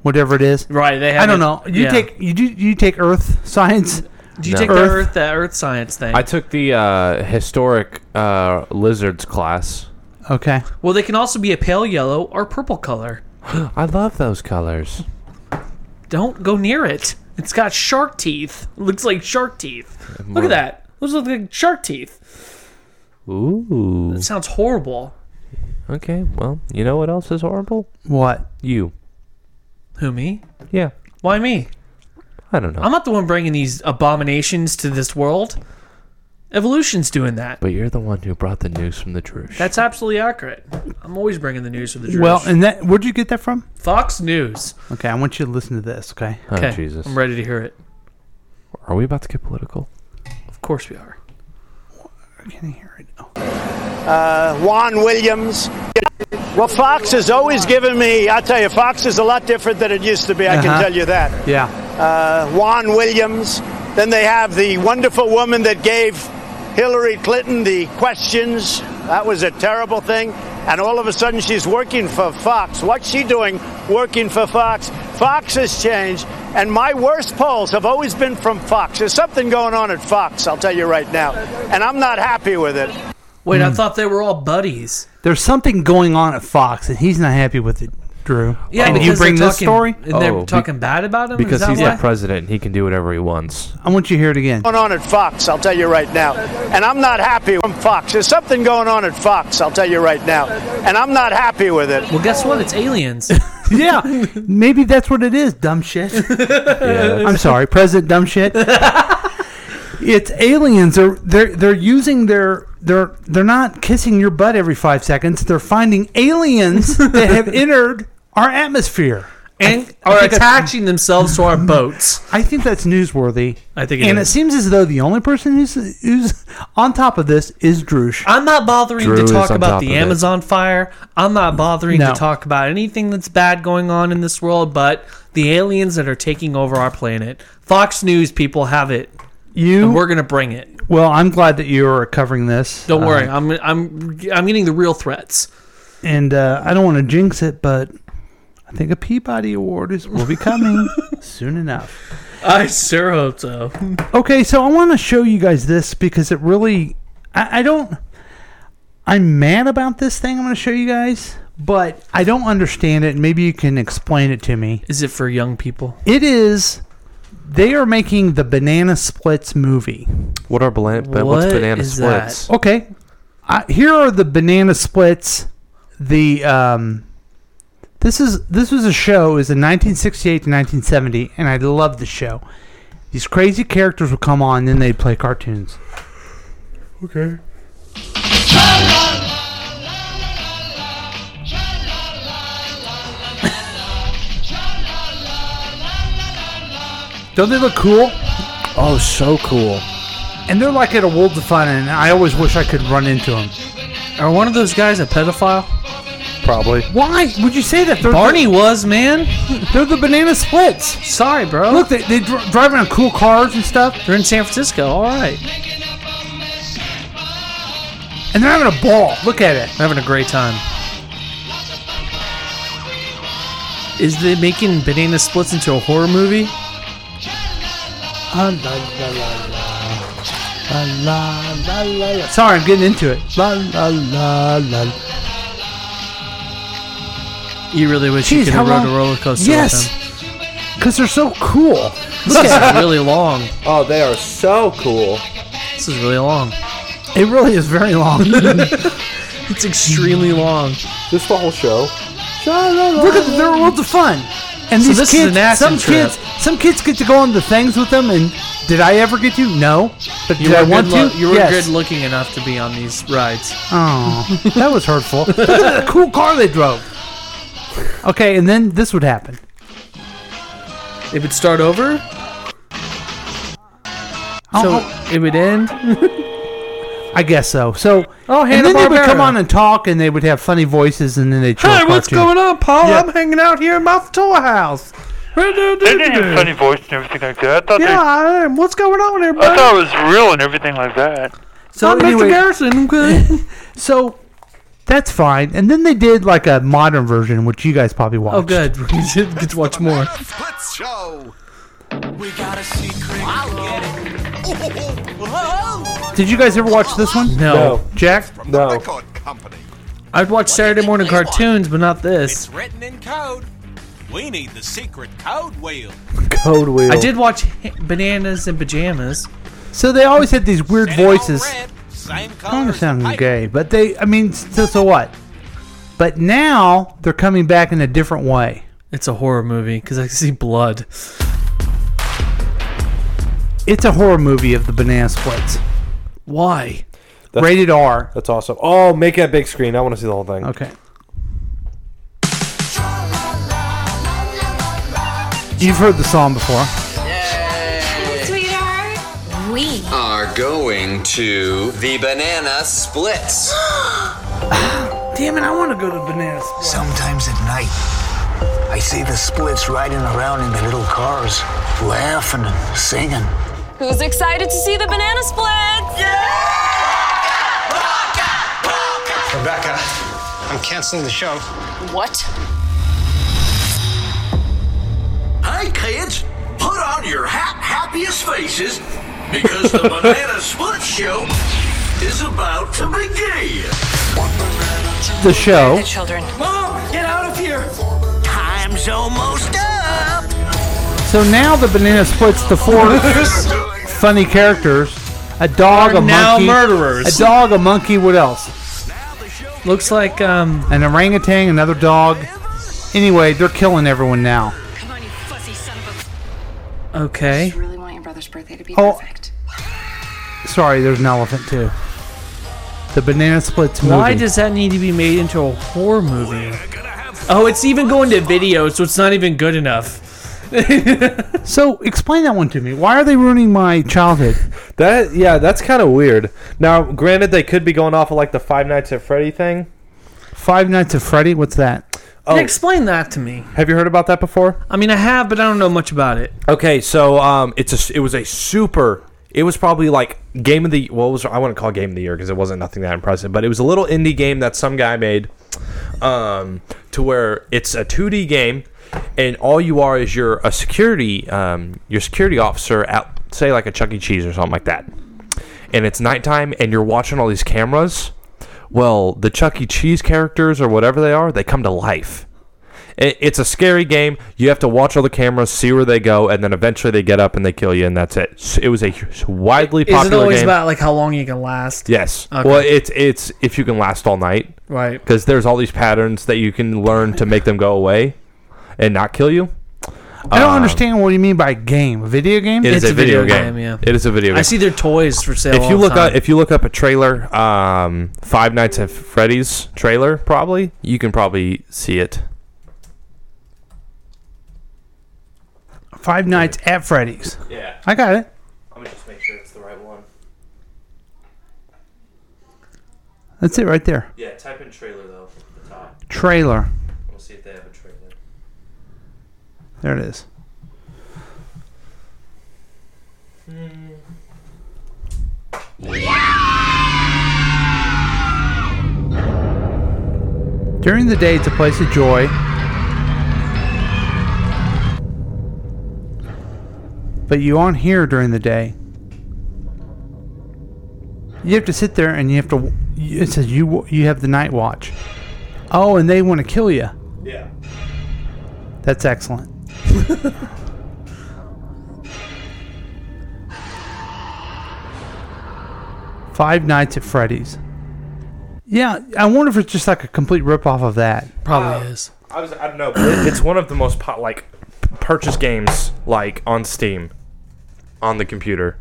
[SPEAKER 7] whatever it is.
[SPEAKER 8] right, they.
[SPEAKER 7] I don't
[SPEAKER 8] haven't-
[SPEAKER 7] know. You
[SPEAKER 8] yeah.
[SPEAKER 7] take you do you take Earth science?
[SPEAKER 8] Do you
[SPEAKER 9] No.
[SPEAKER 8] take the Earth the Earth science thing?
[SPEAKER 9] I took the uh, historic uh, lizards class.
[SPEAKER 7] Okay.
[SPEAKER 8] well, they can also be a pale yellow or purple color.
[SPEAKER 9] I love those colors.
[SPEAKER 8] Don't go near it. It's got shark teeth. looks like shark teeth. Look at that. Those look like shark teeth.
[SPEAKER 9] Ooh.
[SPEAKER 8] That sounds horrible.
[SPEAKER 9] Okay. Well, you know what else is horrible?
[SPEAKER 7] What?
[SPEAKER 9] You.
[SPEAKER 8] Who me?
[SPEAKER 9] Yeah.
[SPEAKER 8] Why me?
[SPEAKER 9] I don't know.
[SPEAKER 8] I'm not the one bringing these abominations to this world. Evolution's doing that.
[SPEAKER 9] But you're the one who brought the news from the Drush.
[SPEAKER 8] That's absolutely accurate. I'm always bringing the news of the
[SPEAKER 7] Well,
[SPEAKER 8] Druze.
[SPEAKER 7] and that where'd you get that from?
[SPEAKER 8] Fox News.
[SPEAKER 7] Okay, I want you to listen to this. Okay.
[SPEAKER 8] Okay, I'm ready to hear it.
[SPEAKER 9] Oh, Are we about to get political?
[SPEAKER 8] Of course we are.
[SPEAKER 3] uh, Juan Williams. Well, Fox has always given me, I tell you, Fox is a lot different than it used to be, I
[SPEAKER 7] Uh-huh.
[SPEAKER 3] can tell you that.
[SPEAKER 7] Yeah.
[SPEAKER 3] Uh, Juan Williams. Then they have the wonderful woman that gave Hillary Clinton the questions. That was a terrible thing. And all of a sudden, she's working for Fox. What's she doing working for Fox? Fox has changed. And my worst polls have always been from Fox. There's something going on at Fox, I'll tell you right now. And I'm not happy with it.
[SPEAKER 8] Wait, I thought they were all buddies.
[SPEAKER 7] Hmm. There's something going on at Fox, and he's not happy with it, Drew.
[SPEAKER 8] Yeah,
[SPEAKER 7] Did
[SPEAKER 8] because
[SPEAKER 7] you bring
[SPEAKER 8] they're
[SPEAKER 7] this
[SPEAKER 8] talking-
[SPEAKER 7] story?
[SPEAKER 8] and they're talking bad about him.
[SPEAKER 9] Oh, Because
[SPEAKER 8] is that
[SPEAKER 9] he's
[SPEAKER 8] why?
[SPEAKER 9] the president and he can do whatever he wants.
[SPEAKER 7] I want you to hear it again.
[SPEAKER 3] Going on at Fox, I'll tell you right now. And I'm not happy from Fox. There's something going on at Fox, I'll tell you right now. And I'm not happy with it.
[SPEAKER 8] Well, guess what? It's aliens.
[SPEAKER 7] Oh. yeah, maybe that's what it is, dumb shit. I'm sorry, President Dumb Shit. it's aliens. They're they're they're using their they're they're not kissing your butt every five seconds. They're finding aliens that have entered our atmosphere
[SPEAKER 8] and are attaching themselves to our boats.
[SPEAKER 7] I think that's newsworthy.
[SPEAKER 8] I think it
[SPEAKER 7] and
[SPEAKER 8] is.
[SPEAKER 7] it seems as though the only person who's who's on top of this is Drush.
[SPEAKER 8] I'm not bothering
[SPEAKER 7] Drew
[SPEAKER 8] to
[SPEAKER 7] is
[SPEAKER 8] talk
[SPEAKER 7] on
[SPEAKER 8] about
[SPEAKER 7] top of
[SPEAKER 8] the
[SPEAKER 7] it.
[SPEAKER 8] Amazon fire. I'm not bothering
[SPEAKER 7] No.
[SPEAKER 8] to talk about anything that's bad going on in this world, but the aliens that are taking over our planet. Fox News people have it.
[SPEAKER 7] You
[SPEAKER 8] and we're gonna bring it.
[SPEAKER 7] Well, I'm glad that you are covering this.
[SPEAKER 8] Don't worry.
[SPEAKER 7] Uh,
[SPEAKER 8] I'm I'm I'm getting the real threats.
[SPEAKER 7] and uh, I don't want to jinx it, but I think a Peabody Award is will be coming soon enough.
[SPEAKER 8] I sure hope so.
[SPEAKER 7] Okay, so I want to show you guys this because it really, I, I don't, I'm mad about this thing. I'm going to show you guys, but I don't understand it. Maybe you can explain it to me.
[SPEAKER 8] Is it for young people?
[SPEAKER 7] It is. They are making the Banana Splits movie.
[SPEAKER 9] What are bana- ba- what's What Banana is that? Splits?
[SPEAKER 7] Okay, I, here are the Banana Splits. The um, this is this was a show. It was in 1968 to 1970, and I loved the show. These crazy characters would come on, and then they'd play cartoons.
[SPEAKER 9] Okay.
[SPEAKER 7] Don't they look cool?
[SPEAKER 9] Oh, so cool.
[SPEAKER 7] And they're like at a world of fun, and I always wish I could run into them.
[SPEAKER 8] Are one of those guys a pedophile?
[SPEAKER 9] Probably.
[SPEAKER 7] Why would you say that? They're
[SPEAKER 8] Barney was, man.
[SPEAKER 7] They're the banana splits.
[SPEAKER 8] Sorry, bro.
[SPEAKER 7] Look, they, they dr- drive around cool cars and stuff.
[SPEAKER 8] They're in San Francisco. All right.
[SPEAKER 7] And they're having a ball. Look at it.
[SPEAKER 8] They're having a great time. Is they making banana splits into a horror movie?
[SPEAKER 7] Sorry, I'm getting into it. La la la la.
[SPEAKER 8] You really wish you
[SPEAKER 7] Jeez,
[SPEAKER 8] could
[SPEAKER 7] how
[SPEAKER 8] have rode
[SPEAKER 7] long-
[SPEAKER 8] a roller coaster
[SPEAKER 7] Yes.
[SPEAKER 8] with them.
[SPEAKER 7] Because they're so cool.
[SPEAKER 8] This
[SPEAKER 7] Look at
[SPEAKER 8] is
[SPEAKER 7] it.
[SPEAKER 8] really long.
[SPEAKER 9] Oh, they are so cool.
[SPEAKER 8] This is really long.
[SPEAKER 7] It really is very long.
[SPEAKER 8] it's extremely long.
[SPEAKER 9] Just the whole show.
[SPEAKER 7] Look at the, they're worlds of fun. And
[SPEAKER 8] So
[SPEAKER 7] these
[SPEAKER 8] this is
[SPEAKER 7] kids,
[SPEAKER 8] an acid
[SPEAKER 7] some
[SPEAKER 8] trip.
[SPEAKER 7] kids, some kids get to go on the things with them. And did I ever get to? No, but
[SPEAKER 8] You
[SPEAKER 7] did I
[SPEAKER 8] were
[SPEAKER 7] want
[SPEAKER 8] good
[SPEAKER 7] to?
[SPEAKER 8] loo- You were
[SPEAKER 7] yes.
[SPEAKER 8] good looking enough to be on these rides.
[SPEAKER 7] Oh, that was hurtful. Look at the cool car they drove. Okay, and then this would happen.
[SPEAKER 8] It would start over. So it would end.
[SPEAKER 7] Oh, I guess so. So,
[SPEAKER 8] Oh,
[SPEAKER 7] and then they would
[SPEAKER 8] Hanna-Barbera.
[SPEAKER 7] come on and talk, and they would have funny voices, and then they.
[SPEAKER 2] Hey, what's going on, Paul?
[SPEAKER 7] Yeah.
[SPEAKER 2] I'm hanging out here in my toy house.
[SPEAKER 10] They didn't have funny voice and everything like that. I thought,
[SPEAKER 2] Yeah, I am. What's going on,
[SPEAKER 10] they, I
[SPEAKER 2] everybody?
[SPEAKER 10] thought it was real and everything like that.
[SPEAKER 7] So
[SPEAKER 2] I'm
[SPEAKER 7] anyway-
[SPEAKER 2] Mr. Garrison. okay?
[SPEAKER 7] So that's fine. And then they did like a modern version, which you guys probably watched.
[SPEAKER 8] Oh, good. We did get to watch more.
[SPEAKER 3] Let's show.
[SPEAKER 20] We got a secret.
[SPEAKER 7] Did you guys ever watch this one?
[SPEAKER 8] No. No.
[SPEAKER 7] Jack.
[SPEAKER 9] No.
[SPEAKER 8] I'd watch Saturday morning cartoons, but not this.
[SPEAKER 4] Written in code. We need the secret code wheel.
[SPEAKER 9] Code wheel.
[SPEAKER 8] I did watch H- Bananas and Pajamas.
[SPEAKER 7] So they always had these weird voices.
[SPEAKER 4] Same
[SPEAKER 7] Kind of sounding gay, but they. I mean, so, so what? But now they're coming back in a different way.
[SPEAKER 8] It's a horror movie because I see blood.
[SPEAKER 7] It's a horror movie of the banana splits. Why? Rated R.
[SPEAKER 9] That's awesome. Oh, make it a big screen. I want to see the whole thing.
[SPEAKER 7] Okay. You've heard the song before.
[SPEAKER 1] Sweetheart, we
[SPEAKER 5] Are going to the banana splits.
[SPEAKER 2] Damn it, I want to go to bananas.
[SPEAKER 23] Sometimes at night, I see the splits riding around in the little cars, laughing and singing.
[SPEAKER 21] Who's excited to see the banana splits?
[SPEAKER 5] Rebecca, I'm canceling the show.
[SPEAKER 21] What?
[SPEAKER 5] Hey, kids, put on your ha- happiest faces because the banana split show is about to begin.
[SPEAKER 7] The show.
[SPEAKER 5] The children. Mom, get out of here.
[SPEAKER 20] Time's almost up.
[SPEAKER 7] So now the banana splits the four funny characters. A dog,
[SPEAKER 8] Are
[SPEAKER 7] a
[SPEAKER 8] now
[SPEAKER 7] monkey,
[SPEAKER 8] murderers.
[SPEAKER 7] A dog, a monkey. What else?
[SPEAKER 8] Looks like um
[SPEAKER 7] an orangutan, another dog. Anyway, they're killing everyone now.
[SPEAKER 8] Okay.
[SPEAKER 24] really want your brother's birthday to be
[SPEAKER 7] Oh.
[SPEAKER 24] perfect.
[SPEAKER 7] Sorry, there's an elephant too. The banana splits movie.
[SPEAKER 8] Why does that need to be made into a horror movie? Oh, it's even going to video, so it's not even good enough.
[SPEAKER 7] so explain that one to me. Why are they ruining my childhood?
[SPEAKER 9] That yeah, that's kind of weird. Now, granted, they could be going off of like the Five Nights at Freddy thing.
[SPEAKER 7] Five Nights at Freddy. What's that?
[SPEAKER 9] Oh.
[SPEAKER 8] Explain that to me.
[SPEAKER 9] Have you heard about that before?
[SPEAKER 8] I mean, I have, but I don't know much about it.
[SPEAKER 9] Okay, so um, it's a it was a super. It was probably like game of the well, it was I wouldn't call it game of the year because it wasn't nothing that impressive, but it was a little indie game that some guy made, um, to where it's a 2D game, and all you are is you're a security um, your security officer at say like a Chuck E. Cheese or something like that, and it's nighttime and you're watching all these cameras. Well, the Chuck E. Cheese characters or whatever they are, they come to life. It, it's a scary game. You have to watch all the cameras, see where they go, and then eventually they get up and they kill you, and that's it. S- It was a hu- widely
[SPEAKER 8] Is it
[SPEAKER 9] popular
[SPEAKER 8] always
[SPEAKER 9] game.
[SPEAKER 8] about like how long you can last?
[SPEAKER 9] yes.
[SPEAKER 8] Okay.
[SPEAKER 9] Well, it's it's if you can last all night,
[SPEAKER 8] Right.
[SPEAKER 9] Because there's all these patterns that you can learn to make them go away and not kill you.
[SPEAKER 7] I don't
[SPEAKER 9] Um,
[SPEAKER 7] understand what you mean by game. A video game?
[SPEAKER 9] It is a video, game.
[SPEAKER 8] yeah.
[SPEAKER 9] It is a video game.
[SPEAKER 8] I see their toys for sale.
[SPEAKER 9] If
[SPEAKER 8] all
[SPEAKER 9] you
[SPEAKER 8] the
[SPEAKER 9] look
[SPEAKER 8] time.
[SPEAKER 9] up, if you look up a trailer, um, Five Nights at Freddy's trailer, probably you can probably see it.
[SPEAKER 7] Five Nights at Freddy's.
[SPEAKER 9] Yeah.
[SPEAKER 7] I got it.
[SPEAKER 9] Let me just make sure it's the right one.
[SPEAKER 7] That's it right there.
[SPEAKER 9] Yeah, type in trailer though. At the top.
[SPEAKER 7] Trailer.
[SPEAKER 9] We'll see if they have a trailer.
[SPEAKER 7] There it is. During the day, it's a place of joy. But you aren't here during the day. You have to sit there and you have to. It says you you have the night watch. Oh, and they want to kill you.
[SPEAKER 9] Yeah.
[SPEAKER 7] That's excellent. Five Nights at Freddy's. Yeah, I wonder if it's just like a complete ripoff of that.
[SPEAKER 9] Probably is. Uh, I was. I don't know. But it- it's one of the most po- like p- purchase games like on Steam, on the computer.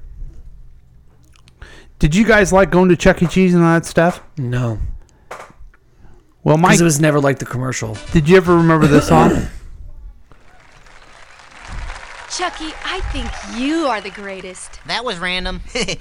[SPEAKER 7] Did you guys like going to Chuck E. Cheese and all that stuff?
[SPEAKER 8] No.
[SPEAKER 7] Well, Mike,
[SPEAKER 8] Because it was never like the commercial.
[SPEAKER 7] did you ever remember this song?
[SPEAKER 21] Chucky, I think you are the greatest.
[SPEAKER 25] That was random. hey,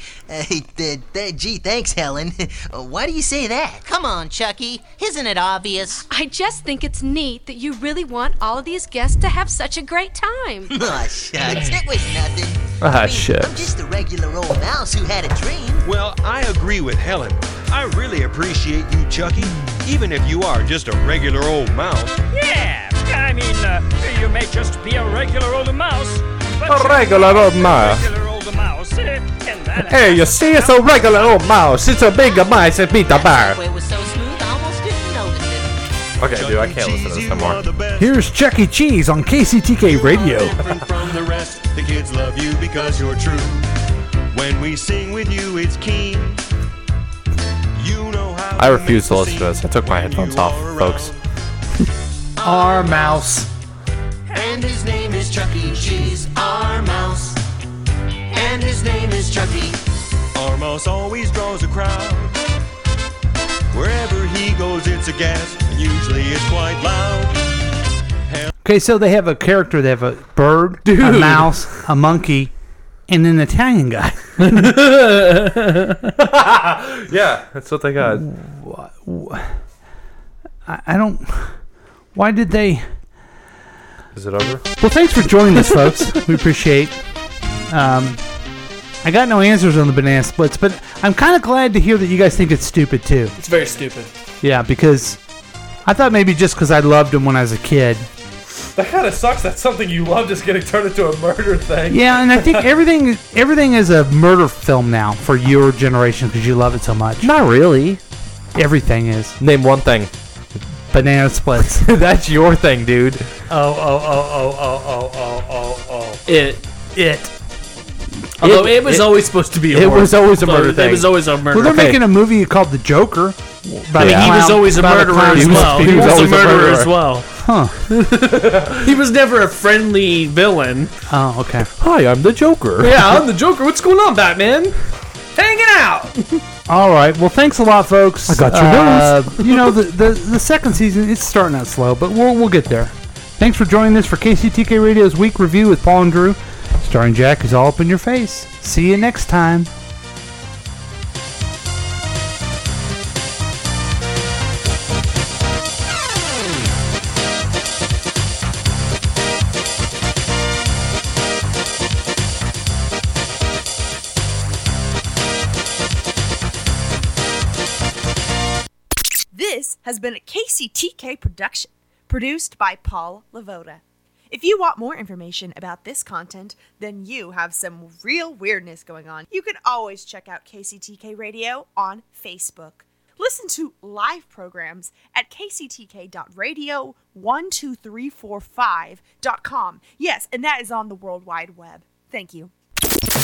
[SPEAKER 25] th- th- gee, thanks, Helen. Uh, Why do you say that? Come on, Chucky. Isn't it obvious?
[SPEAKER 21] I just think it's neat that you really want all of these guests to have such a great time.
[SPEAKER 25] Aw, shucks. It was nothing.
[SPEAKER 9] Ah,
[SPEAKER 25] I'm just a regular old mouse who had a dream.
[SPEAKER 26] Well, I agree with Helen. I really appreciate you, Chucky, even if you are just a regular old mouse.
[SPEAKER 27] Yeah, I mean, uh, you may just be a regular old mouse. But
[SPEAKER 9] A regular old mouse.
[SPEAKER 27] Regular old mouse. eh, and that
[SPEAKER 9] Hey, you see, it's a regular old mouse. It's a big mouse. It beat the bar.
[SPEAKER 25] It was so smooth, I almost didn't notice it.
[SPEAKER 9] Okay, dude, I can't listen to this no more.
[SPEAKER 7] Here's Chuck E. Cheese on KCTK Radio.
[SPEAKER 26] Different from the rest, the kids love you because you're true. When we sing with you, it's keen.
[SPEAKER 9] I refuse to listen to this. I took my headphones off, folks.
[SPEAKER 7] Our mouse.
[SPEAKER 25] And his name is Chuck E. Cheese, our mouse. And his
[SPEAKER 1] His name is Chucky.
[SPEAKER 26] Armos always draws a crowd. Wherever he goes, it's a gas, and usually it's quite loud.
[SPEAKER 7] Okay, so they have a character. They have a bird, a mouse, a monkey, and an Italian guy.
[SPEAKER 9] yeah, that's what they got.
[SPEAKER 7] I, I don't. Why did they?
[SPEAKER 9] Is it over?
[SPEAKER 7] Well, thanks for joining us, folks. we appreciate. Um, I got no answers on the banana splits, but I'm kind of glad to hear that you guys think it's stupid too.
[SPEAKER 8] It's very stupid.
[SPEAKER 7] Yeah, because I thought maybe just because I loved them when I was a kid.
[SPEAKER 9] That kind of sucks that something you love just getting turned into a murder thing.
[SPEAKER 7] Yeah, and I think everything everything is a murder film now for your generation because you love it so much.
[SPEAKER 9] Not really.
[SPEAKER 7] Everything is.
[SPEAKER 9] Name one thing.
[SPEAKER 7] Banana splits.
[SPEAKER 9] That's your thing, dude.
[SPEAKER 14] Oh, oh, oh, oh, oh, oh, oh, oh, oh.
[SPEAKER 8] It. It. Although it, was always supposed to be. A
[SPEAKER 7] it
[SPEAKER 8] murder.
[SPEAKER 7] was always a murder
[SPEAKER 8] it
[SPEAKER 7] thing.
[SPEAKER 8] was always a murder.
[SPEAKER 7] Well, they're
[SPEAKER 8] Okay.
[SPEAKER 7] making a movie called The Joker. about a
[SPEAKER 8] But he was
[SPEAKER 7] clown-
[SPEAKER 8] always a
[SPEAKER 7] about
[SPEAKER 8] murderer
[SPEAKER 7] clown.
[SPEAKER 8] as well. He was a
[SPEAKER 7] always
[SPEAKER 8] murderer as well.
[SPEAKER 7] Huh.
[SPEAKER 8] He was never a friendly villain.
[SPEAKER 7] Oh, okay.
[SPEAKER 9] Hi, I'm the Joker.
[SPEAKER 8] Yeah, I'm the Joker. What's going on, Batman? Hanging out.
[SPEAKER 7] All right. Well, thanks a lot, folks. I
[SPEAKER 9] got your
[SPEAKER 7] Uh, you know, the, the the second season it's starting out slow, but we'll we'll get there. Thanks for joining us for KCTK Radio's week review with Paul and Drew, starring Jack is all up in your face. See you next time.
[SPEAKER 6] This has been a KCTK production, produced by Paul Lavoda. If you want more information about this content, then you have some real weirdness going on. You can always check out KCTK Radio on Facebook. Listen to live programs at kctk.radio12345.com. Yes, and that is on the World Wide Web. Thank you.